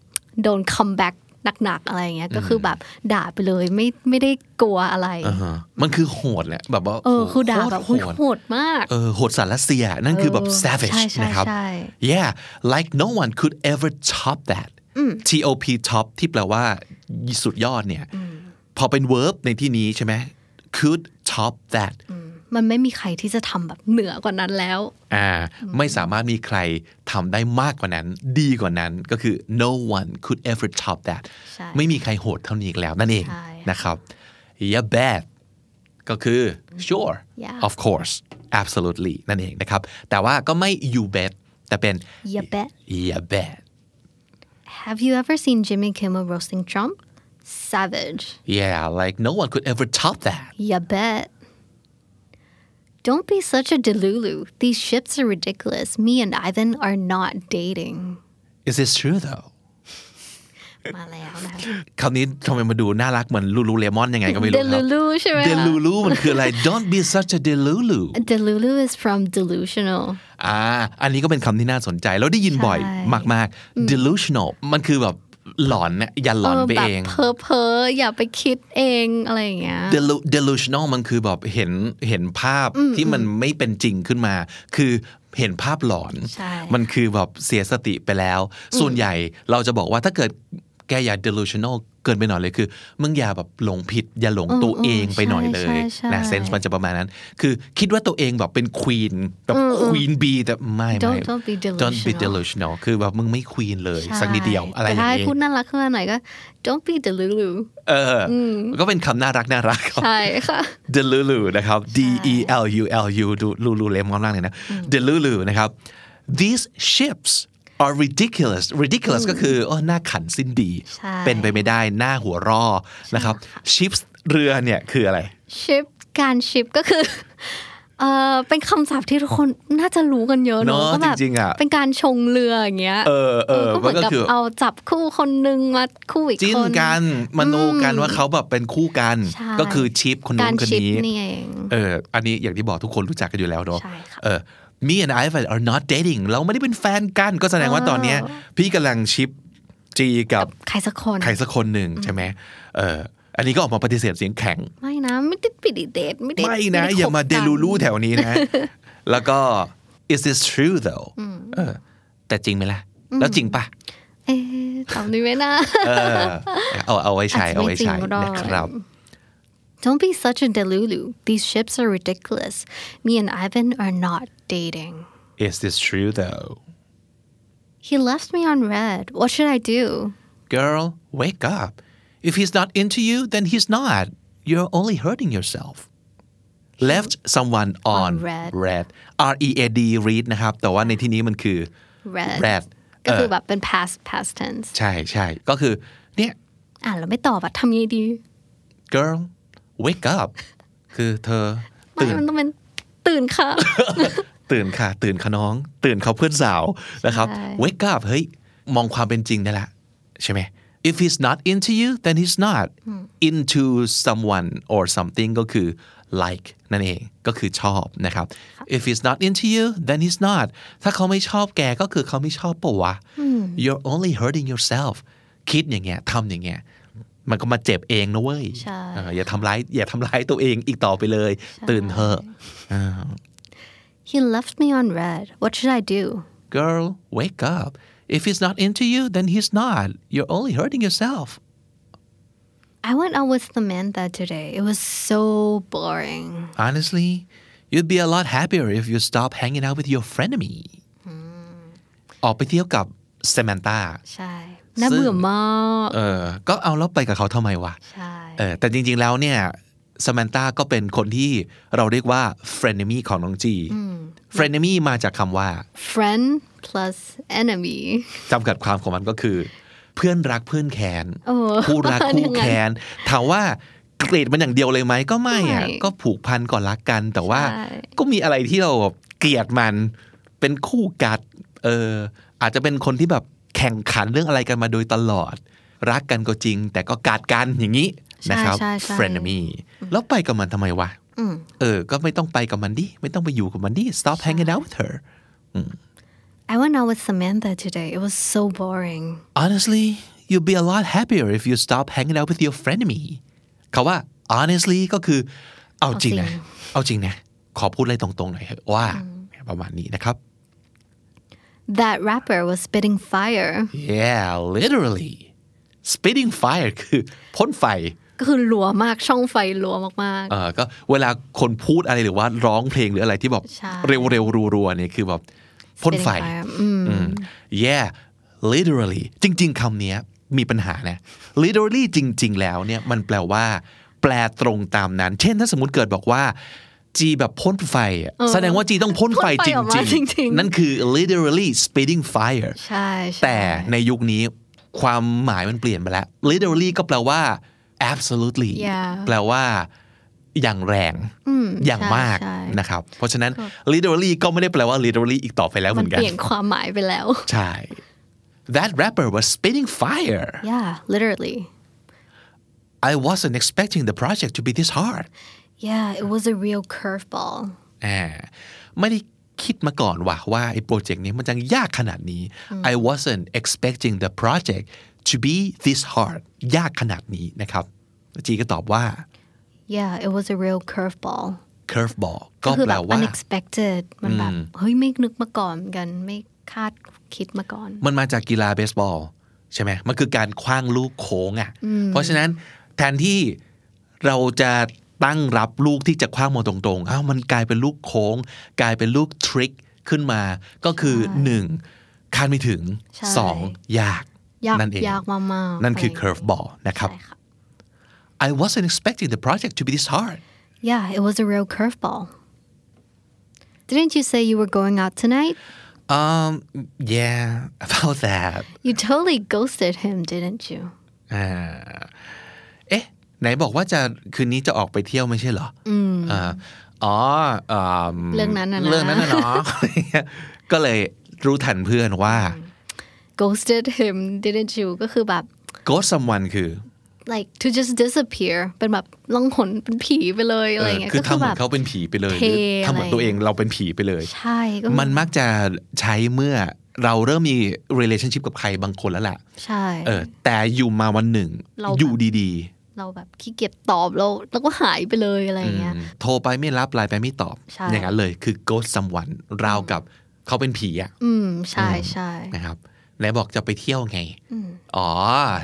S3: โดนคัมแบ็กหนักๆอะไรอย่างเงี้ยก็คือแบบด่าไปเลยไม่ไม่ได้กลัวอะไร
S2: อ่าฮะมันคือโหดแหละแบบว่า
S3: เออคือด่าแบบ
S2: โห
S3: อุ๊ย
S2: ดโหด
S3: โหดมาก
S2: เออโหดสัตว์รัสเซียนั่นคือแบบ
S3: เออ
S2: savage
S3: ใช่ใช่
S2: นะครับ
S3: ใช่
S2: yeah like no one could ever top that top top ที่แปลว่าสุดยอดเนี่ย พอเป็น verb ในที่นี้ใช่ไหม could top that
S3: มันไม่มีใครที่จะทำแบบเหนือกว่านั้นแล้ว
S2: อ่าไม่สามารถมีใครทำได้มากกว่านั้น ดีกว่านั้นก็คือ no one could ever top that
S3: ใช่
S2: ไม่มีใครโหดเท่านี้อีกแล้วนั่นเอง
S3: ใช่
S2: นะครับ yeah bad ก็คือ sure
S3: Yeah
S2: of course absolutely นั่นเองนะครับ แต่ว่าก็ไม่ you bet แต่เป็น
S3: You bet
S2: yeah bet
S3: Have you ever seen Jimmy Kimmel roasting Trump savage
S2: yeah like no one could ever top that
S3: You bet. Don't be such a delulu. These ships are ridiculous. Me and Ivan are not dating.
S2: is this true though
S3: มาแล้ว นะคะ
S2: คำนี้ทำไมมาดูน่ารักเหมือนลูลูเลมอนยังไงก็ไม่รู้ครับ
S3: Delulu ใช่ไหมล่ะ
S2: delulu มันคืออะไร don't be such a delulu
S3: Delulu is from delusional.
S2: อ่า อันนี้ก็เป็นคำที่น่าสนใจ แล้วได้ยินบ่อยมาก ๆ delusional มันคือแบบหลอนน่ะอย่าหลอนไปเอง
S3: เออแบบเพ้อเพ้อๆอย่าไปคิดเองอะไรอย่างเงี้ย
S2: Delu- delusional มันคือแบบเห็นเห็นภาพที่มันไม่เป็นจริงขึ้นมา คือเห็นภาพหลอน
S3: ใช่
S2: มันคือแบบเสียสติไปแล้ว ส่วนใหญ่เราจะบอกว่าถ้าเกิดแกอย่า delusional เกินไปหน่อยเลยคือมึงอย่าแบบหลงผิด อย่าหลงตัวเองไปหน่อยเลย
S3: ใช่ใช่
S2: นะ
S3: ใช่
S2: เซนส์มันจะประมาณนั้น คือคิดว่าตัวเองแบบเป็นควีนแบบควีนบีแต่ไม่
S3: Don't-
S2: ไม่
S3: don't be
S2: don't be
S3: delusional
S2: delusional คือแบบมึงไม่ควีนเลยสักนิดเดียวอะไรอ
S3: แต่
S2: ย่าง
S3: ถ้าให้
S2: นี้
S3: พูดน่ารักขึ้นมาหน่อยก็ Don't be delulu
S2: เอออก็เป็นคำน่ารักน่ารักครับ
S3: ใช่ค่ะ
S2: Delulu นะครับ D E L U L U ดูลูลูเลมอนล่างเลยนะ Delulu นะครับ these ships are ridiculous ridiculous ก็คือโอ้หน้าขันสิ้นดี
S3: ใช่
S2: เป็นไปไม่ได้หน้าหัวเรอนะครับ ships เรือเนี่ยคืออะไร
S3: ship การ ship ก็คือเออเป็นคำศัพท์ที่ทุกคนน่าจะรู้กันเยอะเนอะ
S2: เนอะ
S3: ก็แบบ
S2: จริงๆอะ
S3: เป็นการชงเรืออย่างเงี้ย
S2: เออเออ
S3: ก็เห
S2: มัน
S3: มื
S2: ก็
S3: อนกับ
S2: คือ
S3: เอาจับคู่คนหนึ่งมาคู่อีก
S2: จิ้
S3: คน น
S2: กันมโนกันว่าเขาแบบเป็นคู่กัน
S3: ใช่
S2: ก็คือชิปคน
S3: กา
S2: นู้
S3: ร
S2: นคน
S3: ชิป
S2: นี้
S3: นี่เอง
S2: เออ อันนี้อย่างที่บอกทุกคนรู้จักกันอยู่แล้วเนาะ
S3: ใช่ค่ะ
S2: เออ me and I are not dating เราไม่ได้เป็นแฟนกัน ก็แสดงว่าตอนเนี้ย
S3: เออ
S2: พี่กำลังชิปจีกับ
S3: ใครสักคน
S2: ใครสักคนหนึ่งใช่ไหมเออ อันนี้ก็ออกมาปฏิเสธเสียงแข็ง
S3: ไม่นะ ไม่ได้ปิดเดทไม่ได้
S2: ไม่นะ
S3: ด้
S2: อย่ามา
S3: คบ
S2: เด
S3: กัน
S2: ลูลูแถวนี้ นะ แล้วก็ is this true though เออ แต่จริงไหมล่ะ แล้วจริงปะ
S3: เอ๊ะจำนี้ไว้นะ
S2: เออ เอาเอาไว้ใช้เอาไว้ใช้
S3: อาจจะไม่จริงก็ได้
S2: นะครับ
S3: Don't be such a delulu. These ships are ridiculous. Me and Ivan are not dating.
S2: is this true though
S3: He left me on red. What should I do?
S2: girl, wake up. If he's not into you, then he's not. You're only hurting yourself. Left someone on,
S3: On red.
S2: R E A D read นะครับ แต่ว่าในที่นี้มันคือ
S3: Red
S2: red
S3: ก็คือ
S2: เ
S3: แบบเป็น past past tense
S2: ใช่ใช่ก็คือ เนี่ย
S3: อ่านแล้วไม่ตอบอะทำยังไงดี
S2: girl wake up คือเธอ
S3: ไม่
S2: ตื่น
S3: มันต้องเป็นตื่น ค่ะ
S2: ตื่นค่ะ ตื่นค่ะน้อง ตื่นเขาเพื่อนสาวนะครับ
S3: ใช่
S2: wake up เฮ้ย มองความเป็นจริงได้ละ ใช่ไหม if he's not into you then he's not into someone or something ก็คือ like นั่นเองก็คือชอบนะครับ if he's not into you then he's not ถ้าเขาไม่ชอบแกก็คือเขาไม่ชอบปะวะ you're only hurting yourself คิดอย่างเงี้ยทำอย่างเงี้ย มันก็มาเจ็บเองนะเว้ย
S3: ใช่
S2: เอออย่าทำร้ายอย่าทำร้ายตัวเองอีกต่อไปเลย ตื่นเถอะ
S3: He left me on red. What should I do?
S2: girl, wake up. If he's not into you, then he's not. You're only hurting yourself.
S3: I went out with Samantha today. It was so boring.
S2: Honestly, you'd be a lot happier if you stop hanging out with your frenemy. ออกไปเที่ยวกับเซม a นตา
S3: ใช่ น่าเบื่อมาก
S2: เออ ก็เอาแล้วไปกับเขาทำไมวะ
S3: ใช่
S2: เออ แต่จริงๆแล้วเนี่ยเซม a นตาก็เป็นคนที่เราเรียกว่า frenemy ของน้องจี frenemy มาจากคำว่า
S3: friend plus enemy
S2: จำกัดความของมันก็คือ เพื่อนรักเพื่อนแค้น
S3: โอ้
S2: คู่รัก คู่
S3: ยังไง
S2: แค้นถามว่าเกรดมันอย่างเดียวเลยไหมก็ไม่อะ
S3: ไม่
S2: ก็ผูกพันก่อนรักกัน แต่ว่า
S3: ใช่
S2: ก็มีอะไรที่เราแบบเกลียดมันเป็นคู่กัดเอออาจจะเป็นคนที่แบบแข่งขันเรื่องอะไรกันมาโดยตลอด รักกันก็จริง แต่ก็กัดกันอย่างนี้ นะครับ
S3: ใช่ใช่
S2: frenemy แล้วไปกับมันทำไมวะ
S3: อืม
S2: เออ ก็ไม่ต้องไปกับมันดิ ไม่ต้องไปอยู่กับมันดิ stop hanging out with her
S3: I went out with Samantha today it was so boring
S2: honestly you'll be a lot happier if you stop hanging out with your frenemy คาว่า honestly ก็คือ เอาจริงนะ เอาจริงนะ ขอพูดอะไรตรงๆหน่อยเถอะว่า ประมาณนี้นะครับ
S3: that rapper was spitting fire
S2: yeah literally spitting fire คือพ่นไฟ
S3: ก็คือหลัวมากช่องไฟหลัวมาก
S2: เออก็เวลาคนพูดอะไรหรือว่าร้องเพลงหรืออะไรที่แบบ
S3: ใช่
S2: เร็วๆรัวๆเนี่ยคือแบบ
S3: ๆ
S2: พ่นไฟ
S3: เป็น fire Mm. อืม
S2: อืม yeah literally จริง ๆคำเนี้ยมีปัญหานะ literally จริง ๆ แล้วเนี่ยมันแปลว่า แปลตรงตามนั้น เช่นถ้าสมมติเกิดบอกว่า จีแบบพ่นไฟอะแสดงว่าจีต้องพ่นไฟ
S3: พ่นไฟออกมา
S2: จ
S3: จริ
S2: ริ
S3: ง
S2: ง
S3: ๆ
S2: ๆ นั่นคือ literally spitting fire
S3: ใช่ใช่
S2: แต่ในยุคนี้ความหมายมันเปลี่ยนไปแล้ว literally ก็แปลว่า absolutely
S3: Yeah
S2: แปลว่า อย่างแรง
S3: อืม
S2: อย่าง
S3: ใช่
S2: มาก
S3: ใช่
S2: นะครับ เพราะฉะนั้น literally ก็ไม่ได้แปลว่า literally อีกต่อไปแล้วเห
S3: มั
S2: มือ
S3: น
S2: น
S3: เป
S2: กัน
S3: ลี่ยนความหมายไปแล้ว
S2: ใช่ That rapper was spitting fire
S3: yeah literally
S2: I wasn't expecting the project to be this hard
S3: yeah it was a real curveball
S2: อ่าไม่ได้คิดมาก่อนว่าว่าไอ้โปรเจกต์นี้มันจะยากขนาดนี้ I wasn't expecting the project to be this hard ยากขนาดนี้นะครับจีก็ตอบว่า
S3: yeah it was a real curveball
S2: curveball ก็
S3: คือ
S2: แป
S3: แบ
S2: ล
S3: บ
S2: ว่า
S3: unexpected มันแบบ เฮ้ยไม่นึกมาก่อนเหมือนกัน ไม่คาดคิดมาก่อน
S2: มันมาจากกีฬาเบสบอล ใช่ไหม มันคือการคว้างลูกโค้งอะ่ะ เพราะฉะนั้นแทนที่เราจะตั้งรับลูกที่จะคว้างมาตรงๆ อ้าวมันกลายเป็นลูกโค้ง กลายเป็นลูกทริคขึ้นมา ก็คือหนึ่งคาดไม่ถึง
S3: ใช่
S2: สองยาก
S3: ยาก
S2: นั่นเอง
S3: ยากมากๆ
S2: นั่นคือ
S3: ไป
S2: curve ball นะครับ
S3: ใช่ค่ะ
S2: I wasn't expecting the project to be this hard
S3: yeah it was a real curveball didn't you say you were going out tonight
S2: um yeah about that
S3: you totally ghosted him didn't you
S2: อ่าเอ๊ะ ไหนบอกว่าจะคืนนี้จะออกไปเที่ยวไม่ใช่เหรออืมอ๋อเอิ่ม
S3: เรื่องนั้นน่ะนะ
S2: เรื่องนั้นน่ะเนาะ ก็เลยรู้ทันเพื่อนว่า
S3: ghosted him didn't you ก็คือแบบ
S2: ghost someone คือ
S3: like to just disappear เป็นแบบล่องหนเป็นผีไปเลยอะไรเงี้ย
S2: คือ
S3: ก็
S2: ทำ
S3: คือ
S2: เหมื
S3: แบ
S2: อบ นเขาเป็นผีไปเลย
S3: เท
S2: หรือทำเหมือน
S3: อะไร
S2: ตัวเองเราเป็นผีไปเลย
S3: ใช่ก็คือ
S2: มันมักจะใช้เมื่อเราเริ่มมี relationship กับใครบางคนแล้วแหละ
S3: ใช่
S2: เออ แต่อยู่มาวันหนึ่ง
S3: เราแบบ
S2: อยู่ดี
S3: เราแบบขี้เกียจตอบแล้วแล้วก็หายไปเลยอะไร
S2: ๆอื
S3: เงี้ย
S2: มโทรไปไม่รับไลน์ไปไม่ตอบ
S3: ใช่
S2: อย่างนั้นเลยคือ ghost someone ราวกับเขาเป็นผีอะ
S3: อืมใช่ใช่
S2: นะครับไหนบอกจะไปเที่ยวไง อ๋อ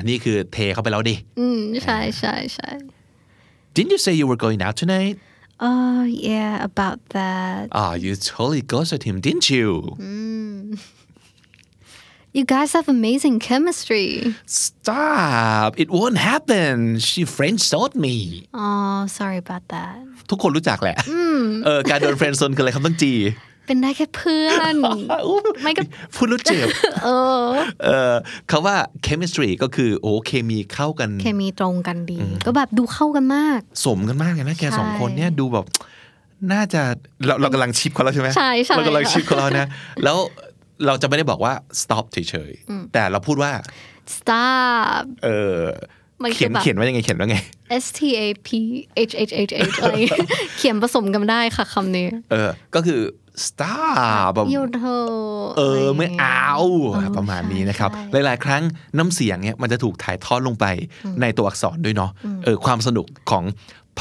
S2: นี่คือเทเข้าไปแล้วดิ
S3: อืมใช่ใช่ใช่
S2: Didn't you say you were going out tonight?
S3: Oh yeah, about that.
S2: Ah, you totally ghosted him, didn't you?
S3: You guys have amazing chemistry.
S2: Stop! It won't happen. She friend zoned me.
S3: Oh, sorry about that.
S2: ทุกคนรู้จักแหละเออการโดน friend zone คืออะไรคำต้องจี
S3: เป็นได้แค่เพื่อน
S2: อู้
S3: ไม่ก็
S2: พูดรู้เจ็บ
S3: เออ
S2: เออเขาว่า chemistry ก็คือโอ้เคมีเข้ากัน
S3: เคมีตรงกันดี ก็แบบดูเข้ากันมาก
S2: สมกันมากเลยนะแก
S3: ใช่
S2: สองคนเนี่ยดูแบบน่าจะเราเรากำลังชิปเขาแล้วใช่ไหม
S3: ใช่ใช่
S2: เรากำลังชิปเขาแล้วนะ แล้วเราจะไม่ได้บอกว่า stop เฉยๆ แต่เราพูดว่า
S3: Stop
S2: เออ
S3: มันคือ
S2: เขียน
S3: แบบ
S2: เขียนว่ายังไงเขียนว่าไง
S3: S T A P H H H H อะไรอย่างเงี้ยเขียนผสมกันได้ค่ะคำนี้
S2: เออ ก็คือ stop แบบ
S3: You know
S2: เออ
S3: อะรย่งงี้ย
S2: ไม่เอา
S3: เออ
S2: ประมาณนี้
S3: ใช่
S2: นะครับ
S3: ใช่
S2: หลาย ๆ ครั้งน้ำเสียงเนี่ยมันจะถูกถ่ายทอดลงไปในตัวอักษรด้วยเนาะเออความสนุกของ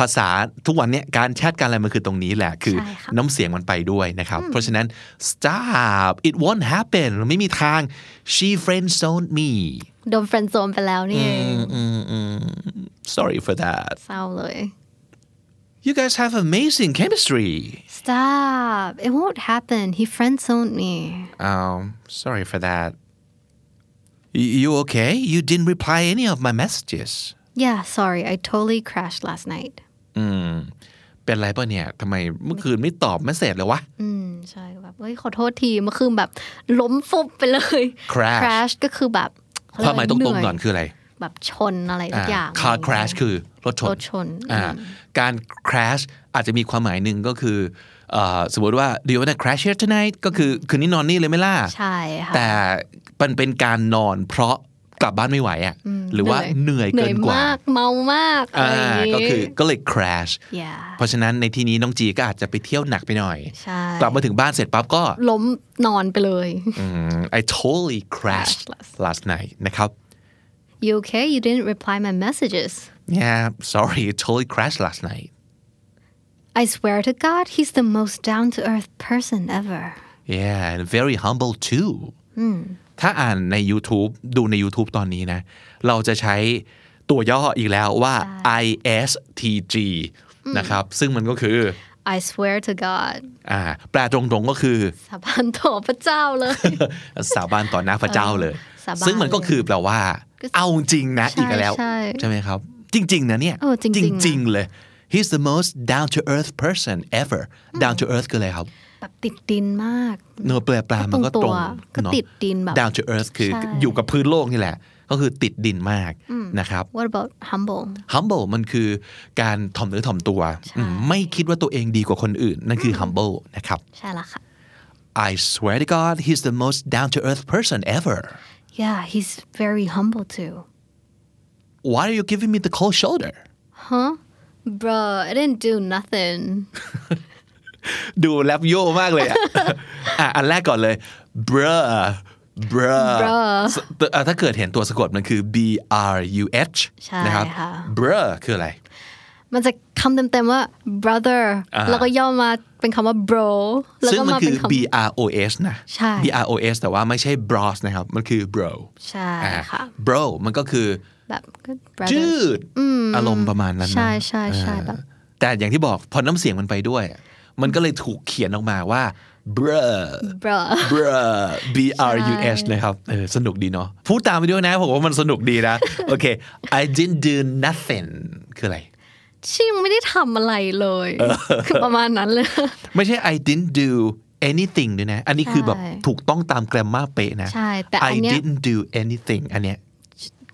S2: ภาษาทุกวันเนี่ยการแชทการอะไรมันคือตรงนี้แหละ คือ
S3: ใช่ค่ะ
S2: น้ำเสียงมันไปด้วยนะครับ เพราะฉะนั้น stop it won't happen ไม่มีทาง she friend zoned me
S3: โดน friend zone ไปแล้วนี่เอง
S2: อืมอืม sorry for that
S3: เศร้าเลย
S2: you guys have amazing chemistry
S3: Stop it won't happen he friend zoned me
S2: um sorry for that You- you okay you didn't reply any of my messages
S3: Yeah, sorry. I totally crashed last night.
S2: อืม เป็นไรป่ะเนี่ยทำไมเมื่อคืนไม่ตอบไม่เสร็จเลยวะ
S3: อืมใช่แบบเฮ้ยขอโทษทีเมื่อคืนแบบ ล้มฟุบไปเลย
S2: Crash
S3: crash ก็คือแบบ
S2: ความหมายตรงๆก่อน
S3: เย
S2: คืออะไร
S3: แบบชนอะไรทุกอย่าง
S2: คาร์คราชคือรถชน
S3: รถชน
S2: อ่าการ crash อาจจะมีความหมายหนึ่งก็คือเอ่อสมมติว่า do you wanna crash here tonight ก็คือคืนนี้นอนนี่เลยไหมล่ะ
S3: ใช่ค่ะ
S2: แต่มันเป็นการนอนเพราะ กลับบ้านไม่ไหวอ่ะหรือว่าเหนื่อยเกินกว่า
S3: เหนื่อยมากเมามากอะไร
S2: อ่า
S3: อย่างงี้
S2: ก็คือก็เลย crash
S3: yeah
S2: เพราะฉะนั้นในที่นี้น้องจีก็อาจจะไปเที่ยวหนักไปหน่อย
S3: ใช่
S2: กลับมาถึงบ้านเสร็จปั๊บก็
S3: ล้มนอนไปเลย
S2: อืม I totally crashed last night นะครับ
S3: you okay you didn't reply my messages
S2: yeah sorry I totally crashed last night
S3: I swear to God he's the most down to earth person ever
S2: yeah and very humble too ถ้าอ่านใน YouTube ดูใน YouTube ตอนนี้นะ เราจะใช้ตัวย่ออีกแล้วว่า ISTG นะครับ ซึ่งมันก็คือ
S3: I swear to God
S2: อ่าแปลตรงๆก็คือ
S3: สาบานต่อพระเจ้าเลย
S2: สาบานต่อหน้าพระเจ้าเลย
S3: สาบาน
S2: ซึ่งมันก็คือแปลว่า เอาจริงนะ
S3: ใช่
S2: อีกแล้ว
S3: ใช่
S2: ใช่ไหมครับ จริง ๆ นะเนี่ย
S3: เออจริงๆนะ
S2: จริง ๆ เลย he's the most down to earth person ever down to earth คืออะไรครับ
S3: แบบติดดินมาก
S2: เนอะแปลปลามันก็ตรง
S3: ก็ติดดินแบบ
S2: เอะ down to earth คือ
S3: ใช่
S2: อยู่กับพื้นโลกนี่แหละ ก็คือติดดินมากนะครับ
S3: What about humble
S2: humble มันคือการถ่อมเนื้อถ่อมตัวอืมไม่คิดว่าตัวเองดีกว่าคนอื่น นั่นคือ humble นะครับ
S3: ใช่ละค่ะ
S2: I swear to God he's the most down to earth person ever
S3: Yeah he's very humble too
S2: why are you giving me the cold shoulder
S3: Huh Bro I didn't do nothing
S2: ดูแรปโยมาก เลยอะ อ่ะ อันแรกก่อนเลย bruh bruh
S3: Bruh
S2: สเอ่อถ้าเกิดเห็นตัวสะกดมันคือ b r u h
S3: ใช่
S2: นะครับ
S3: ค่ะ
S2: bruh คืออะไร
S3: มันจะคำเต็มๆว่า brother
S2: อ่า
S3: แล้วก็ย่อมาเป็นคำว่า bro แล้ว
S2: ซึ่ง
S3: ก็
S2: มัน
S3: มา
S2: คื
S3: เป็
S2: อ
S3: นคำ
S2: b r o s นะ
S3: ใช่
S2: b r o s แต่ว่าไม่ใช่ bros นะครับ มันคือ bro
S3: ใช่
S2: อ่า
S3: ค่ะ
S2: bro มันก็คือ
S3: แบบก็ brother
S2: จืดอารมณ์ประมาณนั้นนะ
S3: ใช่ใช่ใช่
S2: อ่า
S3: แบบ
S2: แต่อย่างที่บอกพอน้ำเสียงมันไปด้วย มันก็เลยถูกเขียนออกมาว่า bruh
S3: bro
S2: bruh b r u s นะครับเออสนุกดีเนาะพูดตามไปด้วยนะ ผมว่ามันสนุกดี นะ โอเค I didn't do nothing คืออะไร
S3: ชิงไม่ได้ทำอะไรเลย คือประมาณนั้น เลย
S2: ไม่ใช่ I didn't do anything ด้วยนะ อันนี้คือแบบ
S3: ใช่
S2: ถูกต้องตามแกรมมาเป๊ะนะ
S3: ใช่แต่อั
S2: I
S3: นเนี้ย
S2: didn't do anything อันเนี้ย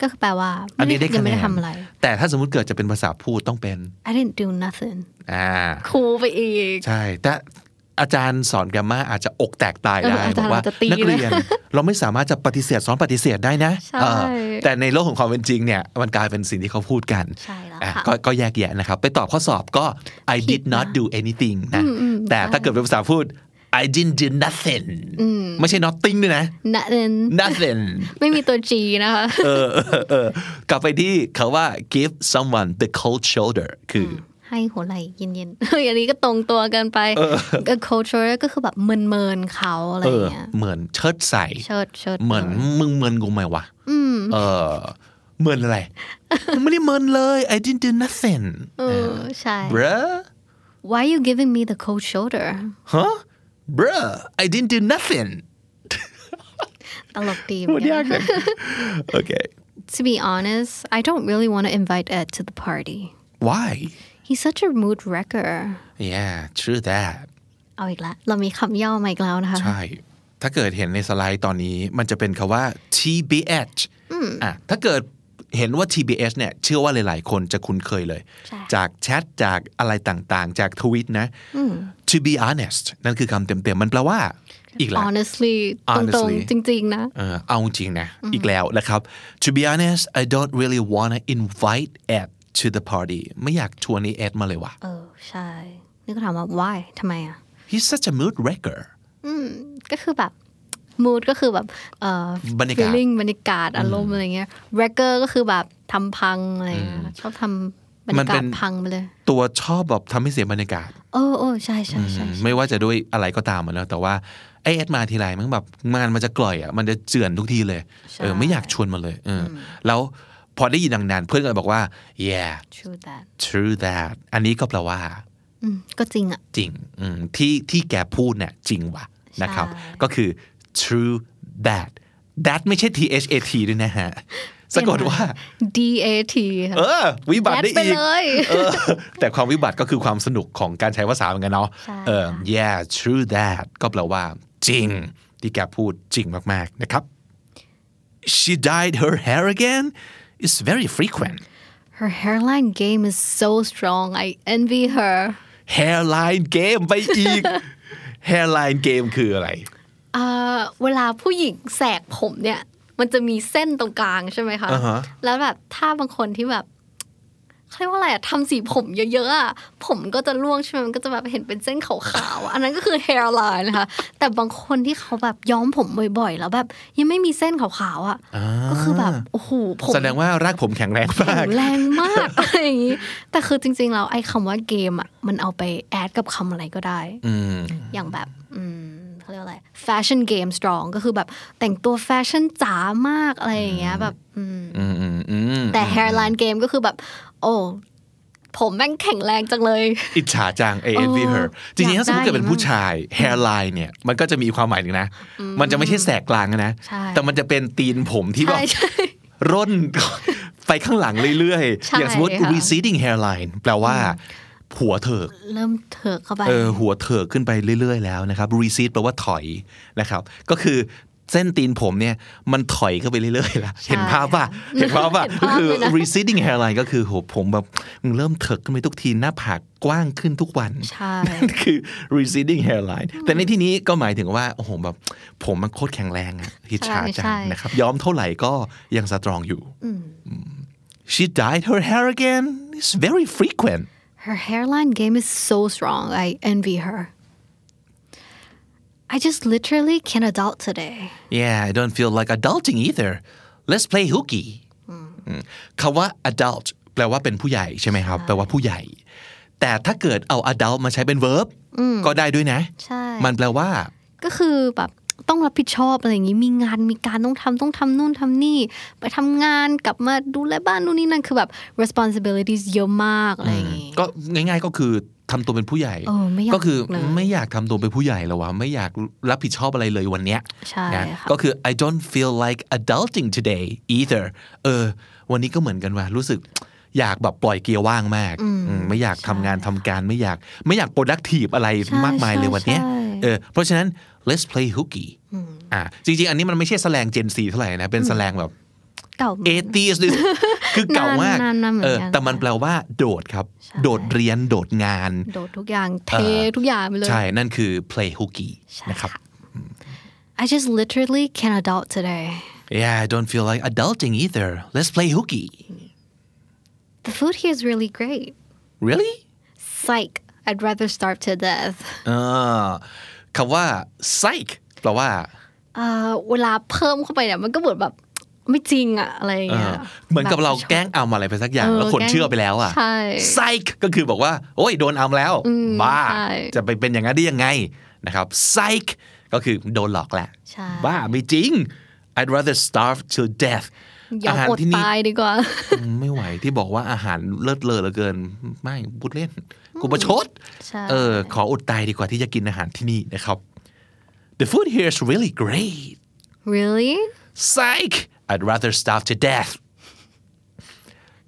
S3: ก็คือแปลว่า
S2: อันนี้ได้
S3: ยั
S2: คะ
S3: ง
S2: แน
S3: ไม่
S2: น
S3: ได้ทำอะไร
S2: แต่ถ้าสมมติเกิดจะเป็นภาษาพูดต้องเป็น
S3: I didn't do nothing
S2: อ่า
S3: ครูไปอี ก
S2: ใช่ แต่อาจารย์สอนแกรมมาอาจจะอกแตกตายได้
S3: เอออา
S2: บ
S3: จารย์
S2: อกว่า
S3: อาจจะตี
S2: นักเรียน เราไม่สามารถจะปฏิเสธสอนปฏิเสธได้นะ
S3: ใช่
S2: เออแต่ในโลกของความเป็นจริงเนี่ย มันกลายเป็นสิ่งที่เขาพูดกัน
S3: ใช่แล้ว
S2: อ่ะ
S3: ค่ะ
S2: ก็ก็แยกแยะนะครับ ไปตอบข้อสอบก็ I
S3: ผิ
S2: did
S3: ดนะ
S2: not do anything นะ แต่ถ้าเกิดเป็นภาษาพูด I didn't do nothing ไม่ใช่ nothing ด้วยนะ
S3: nothing
S2: nothing
S3: ไม่มีตัว G นะคะ
S2: เออเออเออกลับไปที่เขาว่า give someone the cold shoulder คืออ
S3: ให้หัวไหล่เย็นๆเฮ้ย อันนี้ก็ตรงตัวเกันไปก็ culture ก็คือแบบเมินๆเขาอะไร
S2: เอ
S3: อ
S2: อ
S3: ย่า
S2: ง
S3: เงี้ย
S2: เหมือนเชิดใส่
S3: เชิดเชิด
S2: เหมือนมึงเมินกูไหมวะเออเมินอะไร ไม่ได้เมินเลย I didn't do nothing
S3: เออใช่
S2: bruh
S3: Why you giving me the cold shoulder
S2: huh bruh I didn't do nothing
S3: ตลก ดีเห
S2: โห
S3: มือ
S2: ด
S3: นกั
S2: ยาน กเลยโอเค
S3: To be honest I don't really want to invite Ed to the party
S2: why
S3: he's such a mood wrecker
S2: yeah true that
S3: เอาอีกละเรามีคำย่อมาอีกแล้วนะคะ
S2: ใช่ ถ้าเกิดเห็นในสไลด์ตอนนี้มันจะเป็นคำว่า tbh อ่ะถ้าเกิดเห็นว่า tbh เนี่ย เชื่อว่าหลาย ๆ คนจะคุ้นเคยเลย
S3: ใช่
S2: จากแชทจากอะไรต่างๆ จากทวิตนะ to be honest นั่นคือคำเต็ม ๆ มันแปลว่า อีกแล้ว
S3: honestly ตรง
S2: Honestly
S3: ๆ จริง ๆ นะ
S2: เออเอาจริงนะ อีกแล้วนะครับ to be honest I don't really wanna invite Ed to the party ไม่อยากชวนไอ้ Ed มาเลยว่ะ
S3: เออ ใช่ นี่ก็ถามว่า why ทำไมอ่ะ
S2: he's such a mood wrecker
S3: ก็คือแบบ mood ก็คือแบบเอ่อ
S2: บรรยากาศ
S3: feeling บรรยากาศอารมณ์อะไรเงี้ย wrecker ก็คือแบบทำพังอะไรเงี้ยชอบทำบรร
S2: มั
S3: ยาน กา
S2: เป็
S3: ศ
S2: น
S3: พังไปเลย
S2: ตัวชอบแบบทำให้เสียบรรยากาศ
S3: โอ้โอ้ใช่ใช่ใช่ใช่
S2: ไม่ว่าจะด้วยอะไรก็ตามอะแล้ว แต่ว่าไอเอ็ดมาทีไรมันแบบงานมันจะกล่อยอ่ะมันจะเจือนทุกทีเลยเออไม่อยากชวนมาเลยเอออแล้วพอได้ยินดังนั้นเพื่อนก็เลยบอกว่า yeah
S3: ชู that
S2: true that อันนี้ก็แปลว่า
S3: อืมก็จริงอ่ะ
S2: จริงอืมที่ที่แกพูดเนี่ยจริงว่ะนะครับ
S3: ใช่
S2: ก็คือ true that that ไม่ใช่ that ด้วยนะฮะสะกดว่า
S3: D A T
S2: เออ วิบัติ
S3: that
S2: ได้
S3: ไป
S2: อีก
S3: เลย
S2: เออแต่ความวิบัติก็คือความสนุกของการใช้ภาษาเหมือนกันเนาะ
S3: ใช่
S2: เออ yeah true that ก็แปลว่า จริง ที่แกพูดจริงมากๆนะครับ she dyed her hair again is very frequent
S3: her hairline game is so strong I envy her
S2: hairline game ไปอี ก hairline game คืออะไร
S3: เอ่อเวลาผู้หญิงแสกผมเนี่ย มันจะมีเส้นตรงกลางใช่ไหมคะ
S2: อ่าฮะ
S3: แล้วแบบถ้าบางคนที่แบบเขาเรียกว่าอะไรอะทำสีผมเยอะๆอะผมก็จะร่วงใช่ไหมมันก็จะแบบเห็นเป็นเส้นขาวๆอะอันนั้นก็คือ hairline นะคะ แต่บางคนที่เขาแบบย้อมผมบ่อยๆ แล้วแบบยังไม่มีเส้นขาวๆอะก็คือแบบโอ้โหผม
S2: แสดงว่ารากผมแข็งแรงมาก
S3: แข็งแรงมาก อะไรอย่างนี้ แต่คือจริงๆแล้วไอ้คำว่าเกมอ่ะ มันเอาไปแอดกับคำอะไรก็ได้
S2: อืม
S3: อย่างแบบ อืมเขาเรียกอะไรแฟชั่นเกมสตรองก็คือแบบแต่งตัวแฟชั่นจ๋ามากอะไรอย่างเงี้ยแบบอืม
S2: อืมอืมอืม
S3: แต่ hairline เกมก็คือแบบ โอ้ ผมแม่งแข็งแรงจังเลย
S2: อิจฉาจัง A N V
S3: เออ
S2: her จริงๆ
S3: อยาก
S2: ถ้า
S3: ได้
S2: สมมติเกิดเป็นผู้ชาย hairline เนี่ย มันก็จะมีความหมายหนึ่งนะ มันจะไม่ใช่แสกกลางนะ
S3: ใช่
S2: แต่มันจะเป็นตีนผมที่แบบ
S3: ใช่ใช่
S2: ร่น ไปข้างหลังเรื่อย
S3: ใช่
S2: ๆ อย่างสมมติ
S3: ค่ะ
S2: receding hairline แปลว่าหัวเถิก
S3: เริ่มเถอะเข้าไป
S2: เออหัวเถิกขึ้นไปเรื่อย ๆ แล้วนะครับ recede แปลว่าถอยนะครับ ก็คือเส้นตีนผมเนี่ย มันถอยเข้าไปเรื่อยๆแล้ว
S3: ใช่
S2: เห็นภาพป่ะ
S3: ค่ะ
S2: เห็นภาพป่ะก็
S3: เห็นภาพ
S2: คือ
S3: เลยนะ
S2: receding hairline ก็คือโหผมแบบมันเริ่มเถิกขึ้นไปทุกทีหน้าผากกว้างขึ้นทุกวัน
S3: ใช่
S2: นั่นคือ receding hairline แต่ในที่นี้ก็หมายถึงว่า โอ้โหแบบผมมันโคตรแข็งแรงอะฮิตชาจัง
S3: ใช่
S2: นะครับ ย้อมเท่าไหร่ก็ยังสตรองอยู่
S3: อืม
S2: she dyed her hair again it's very frequent
S3: Her hairline game is so strong. I envy her. I just literally can't adult today.
S2: Yeah, I don't feel like adulting either. Let's play hooky. อืมคำว่า adult แปลว่าเป็นผู้ใหญ่ใช่ไหมครับ แปลว่าผู้ใหญ่ แต่ถ้าเกิดเอา adult มาใช้เป็น verb ก็ได้ด้วยนะ
S3: ใช่
S2: มันแปลว่า
S3: ก็คือแบบต้องรับผิดชอบอะไรอย่างนี้มีงานมีการต้องทำต้องทำนู่นทำนี่ ไปทำงานกลับมาดูแลบ้านนู่นนี่นั่นคือแบบ responsibilities เยอะมากอะไรอย่างนี้
S2: ก็ง่ายๆก็คือทำตัวเป็นผู้ใหญ่
S3: เออไม่อยาก
S2: ก็คือ
S3: เลย
S2: ไม่อยากทำตัวเป็นผู้ใหญ่แล้ววะไม่อยากรับผิดชอบอะไรเลยวันเนี้ย
S3: ใช่
S2: นะ
S3: ค่ะ
S2: ก็คือ I don't feel like adulting today either เออ วันนี้ก็เหมือนกันว่ารู้สึกอยากแบบปล่อยเกียร์ว่างมากอืมไม่อยากทำงานทำการไม่อยาก ไม่อยาก productive อะไรมากมายเลยวันเนี้ย
S3: ใช่ใช่
S2: เออเพราะฉะนั้น let's play hooky อ่าจริงๆ อันนี้มันไม่ใช่แสลง Gen Z เท่าไหร่นะ เป็นแสลงแบบ
S3: เก่า
S2: เอตีสเนี่ยคือเก่ามาก
S3: นานๆนานเหมือนกัน
S2: เออแต่มันแปลว่าโดดครับ
S3: ใช่
S2: โดดเรียนโดดงาน
S3: โดดทุกอย่างเท
S2: เออ
S3: ทุกอย่างไปเลย
S2: ใช่ นั่นคือ play hooky
S3: ใช่
S2: นะครับ
S3: ค่ะ I just literally can't adult today
S2: yeah I don't feel like adulting either let's play hooky
S3: The food here is really great
S2: really
S3: Psych I'd rather starve to death
S2: เออคำว่า psych แปลว่า
S3: เอ่อเวลาเพิ่มเข้าไปเนี่ยมันก็เหมือนแบบไม่จริงอะอะไรอย่าง
S2: เอ
S3: เงี้
S2: อย เหมือนกับเรา
S3: ช
S2: แกล้งเอาอะไรไปสักอย่าง
S3: เออ
S2: แล้วคนเชื่อไปแล้วอ่ะ
S3: ใช่
S2: psych ก็คือบอกว่า โอ้ยโดนเอาแล้ว บ้า
S3: ใช่
S2: จะไปเป็นอย่างนั้นได้ยังไงนะครับ psych ก็คือโดนหลอกแหละ
S3: ใช่
S2: บ้าไม่จริง I'd rather starve to death
S3: อย่าอดตายดีกว่า
S2: อืมไม่ไหวที่บอกว่าอาหารเลิศเลอเหลือเกิน ไม่พูดเล่น กูประชด
S3: ใช่
S2: เออ ขออดตายดีกว่าที่จะกินอาหารที่นี่นะครับ The food here is really great
S3: really
S2: Psych I'd rather starve to death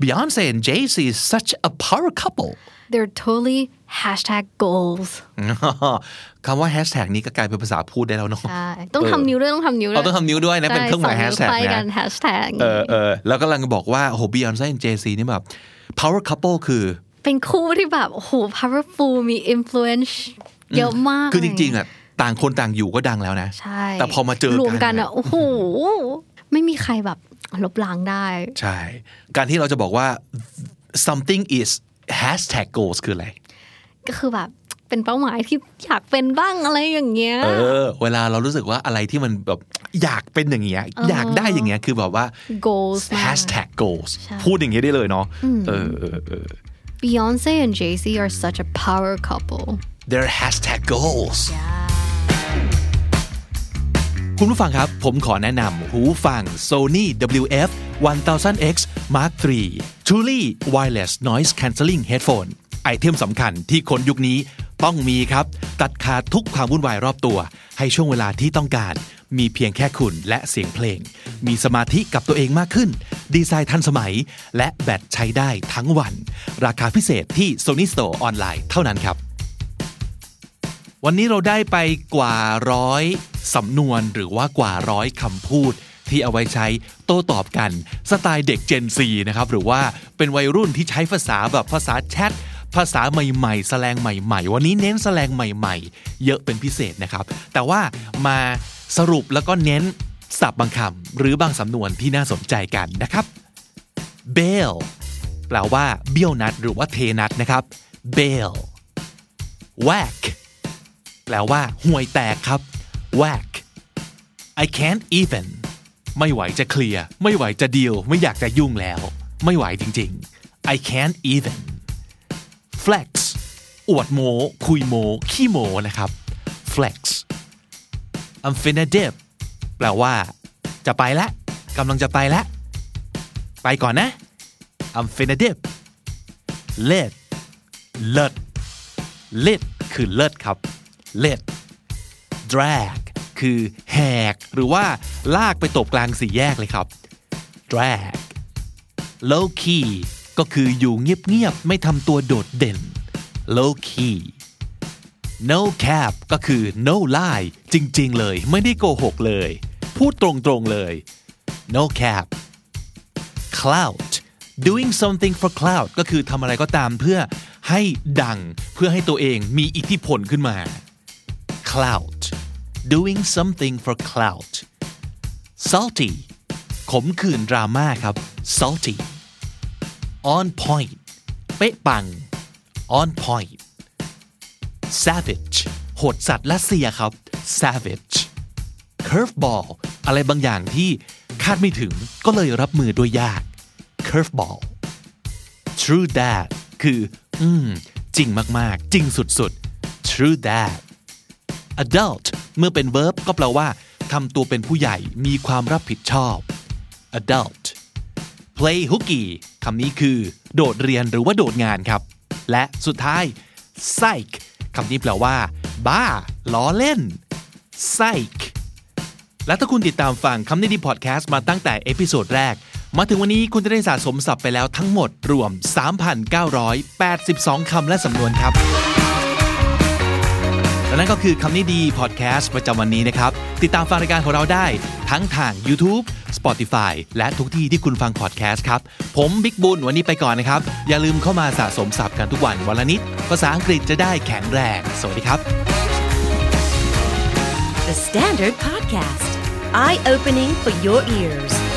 S2: Beyonce and Jay-Z is such a power couple
S3: they're totally hashtag goals
S2: คำว่าแฮชแท็กนี้ก็กลายเป็นภาษาพูดได้แล้วเนาะ
S3: ใช่ต้องทำนิ้วด้วยต้องทำนิ้วด้ว
S2: เอา
S3: ย
S2: ต้องทำนิ้วด้วยนะ เป็นเครื่องหมายแฮ
S3: ใช่
S2: ช
S3: ส
S2: แท็ก
S3: งวไป
S2: นะ
S3: กัน hashtag
S2: เออเออแล้วกำลังบอกว่าโอ้โหบียอนไซน์เจซีนี่แบบ power couple คือ
S3: เป็นคู่ที่แบบ โอ้โห powerful มี influence เยอะมาก
S2: คือจริง ๆอ่ะต่างคนต่างอยู่ก็ดังแล้วนะ
S3: ใช่
S2: แต่พอมาเจอกัน
S3: รวมกัน
S2: อะ
S3: อะโอ้โห ไม่มีใครแบบลบล้างได้
S2: ใช่ การที่เราจะบอกว่า something is hashtag goals คืออะไร
S3: ก็คือแบบเป็นเป้าหมายที่อยากเป็นบ้างอะไรอย่างเงี้ย
S2: เออ เวลาเรารู้สึกว่าอะไรที่มันแบบอยากเป็นอย่างเงี้ยอยากได้อย่างเงี้ยคือแบบว่า
S3: goals มาก
S2: hashtag goals พูดอย่างเงี้ยได้เลยเนาะเออเออเออ
S3: Beyonce and Jay Z are such a power couple
S2: their hashtag goals คุณผู้ฟังครับ ผมขอแนะนำหูฟัง Sony WF 1000X Mark III Truly Wireless Noise Cancelling Headphone ไอเทมสำคัญที่คนยุคนี้ต้องมีครับ ตัดขาดทุกความวุ่นวายรอบตัว ให้ช่วงเวลาที่ต้องการ มีเพียงแค่คุณและเสียงเพลง มีสมาธิกับตัวเองมากขึ้น ดีไซน์ทันสมัย และแบตใช้ได้ทั้งวัน ราคาพิเศษที่ Sony Store ออนไลน์เท่านั้นครับ วันนี้เราได้ไปกว่าร้อยสำนวนหรือว่ากว่าร้อยคำพูด ที่เอาไว้ใช้โต้ตอบกัน สไตล์เด็ก Gen Z นะครับ หรือว่าเป็นวัยรุ่นที่ใช้ภาษาแบบภาษาแชท ภาษาใหม่ๆ แสลงใหม่ๆ วันนี้เน้นแสลงใหม่ๆ เยอะเป็นพิเศษนะครับ แต่ว่ามาสรุปแล้วก็เน้น ศัพท์บางคำหรือบางสำนวนที่น่าสนใจกันนะครับ bail แปลว่าเบี้ยวนัดหรือว่าเทนัดนะครับ bail whack แปลว่าห่วยแตกครับ whack I can't even ไม่ไหวจะเคลียร์ ไม่ไหวจะดีลไม่อยากจะยุ่งแล้ว ไม่ไหวจริงๆ I can't even flex อวดโมคุยโม ขี้โมนะครับ flex I'm finna dip แปลว่า จะไปละกำลังจะไปละ ไปก่อนนะ I'm finna dip lit เลิศ lit คือเลิศครับ lit drag คือแหก หรือว่าลากไปตบกลางสี่แยกเลยครับ drag low key ก็คืออยู่เงียบๆ ไม่ทำตัวโดดเด่น low key no cap ก็คือ no lie จริงๆ เลย ไม่ได้โกหกเลย พูดตรงๆ เลย no cap clout doing something for clout ก็คือทำอะไรก็ตามเพื่อให้ดังเพื่อให้ตัวเองมีอิทธิพลขึ้นมา clout doing something for clout salty ขมขื่นดราม่าครับ salty on point เป๊ะปัง on point savage โหดสัตว์รัสเซียครับ savage curveball อะไรบางอย่างที่คาดไม่ถึงก็เลยรับมือด้วยยาก curveball true that คือ อืม จริงมาก ๆ จริงสุด ๆ true that adult เมื่อเป็น verb ก็แปลว่าทำตัวเป็นผู้ใหญ่มีความรับผิดชอบ adult play hooky คำนี้คือ โดดเรียนหรือว่าโดดงานครับ และสุดท้าย psych คำนี้แปลว่า บ้า ล้อเล่น psych และถ้าคุณติดตามฟังคำนี้ดีพอดแคสต์มาตั้งแต่เอพิโซดแรก มาถึงวันนี้คุณจะได้สะสมศัพท์ไปแล้วทั้งหมดรวม 3,982 คำและสำนวนครับ และนั่นก็คือคำนี้ดีพอดแคสต์ประจำวันนี้นะครับ ติดตามฟังรายการของเราได้ทั้งทาง YouTube Spotify และทุกที่ที่คุณฟังพอดแคสต์ครับ ผมบิ๊กบุญวันนี้ไปก่อนนะครับ อย่าลืมเข้ามาสะสมศัพท์กันทุกวันวันละนิด ภาษาอังกฤษจะได้แข็งแรง สวัสดีครับ
S1: The Standard Podcast, eye opening for your ears.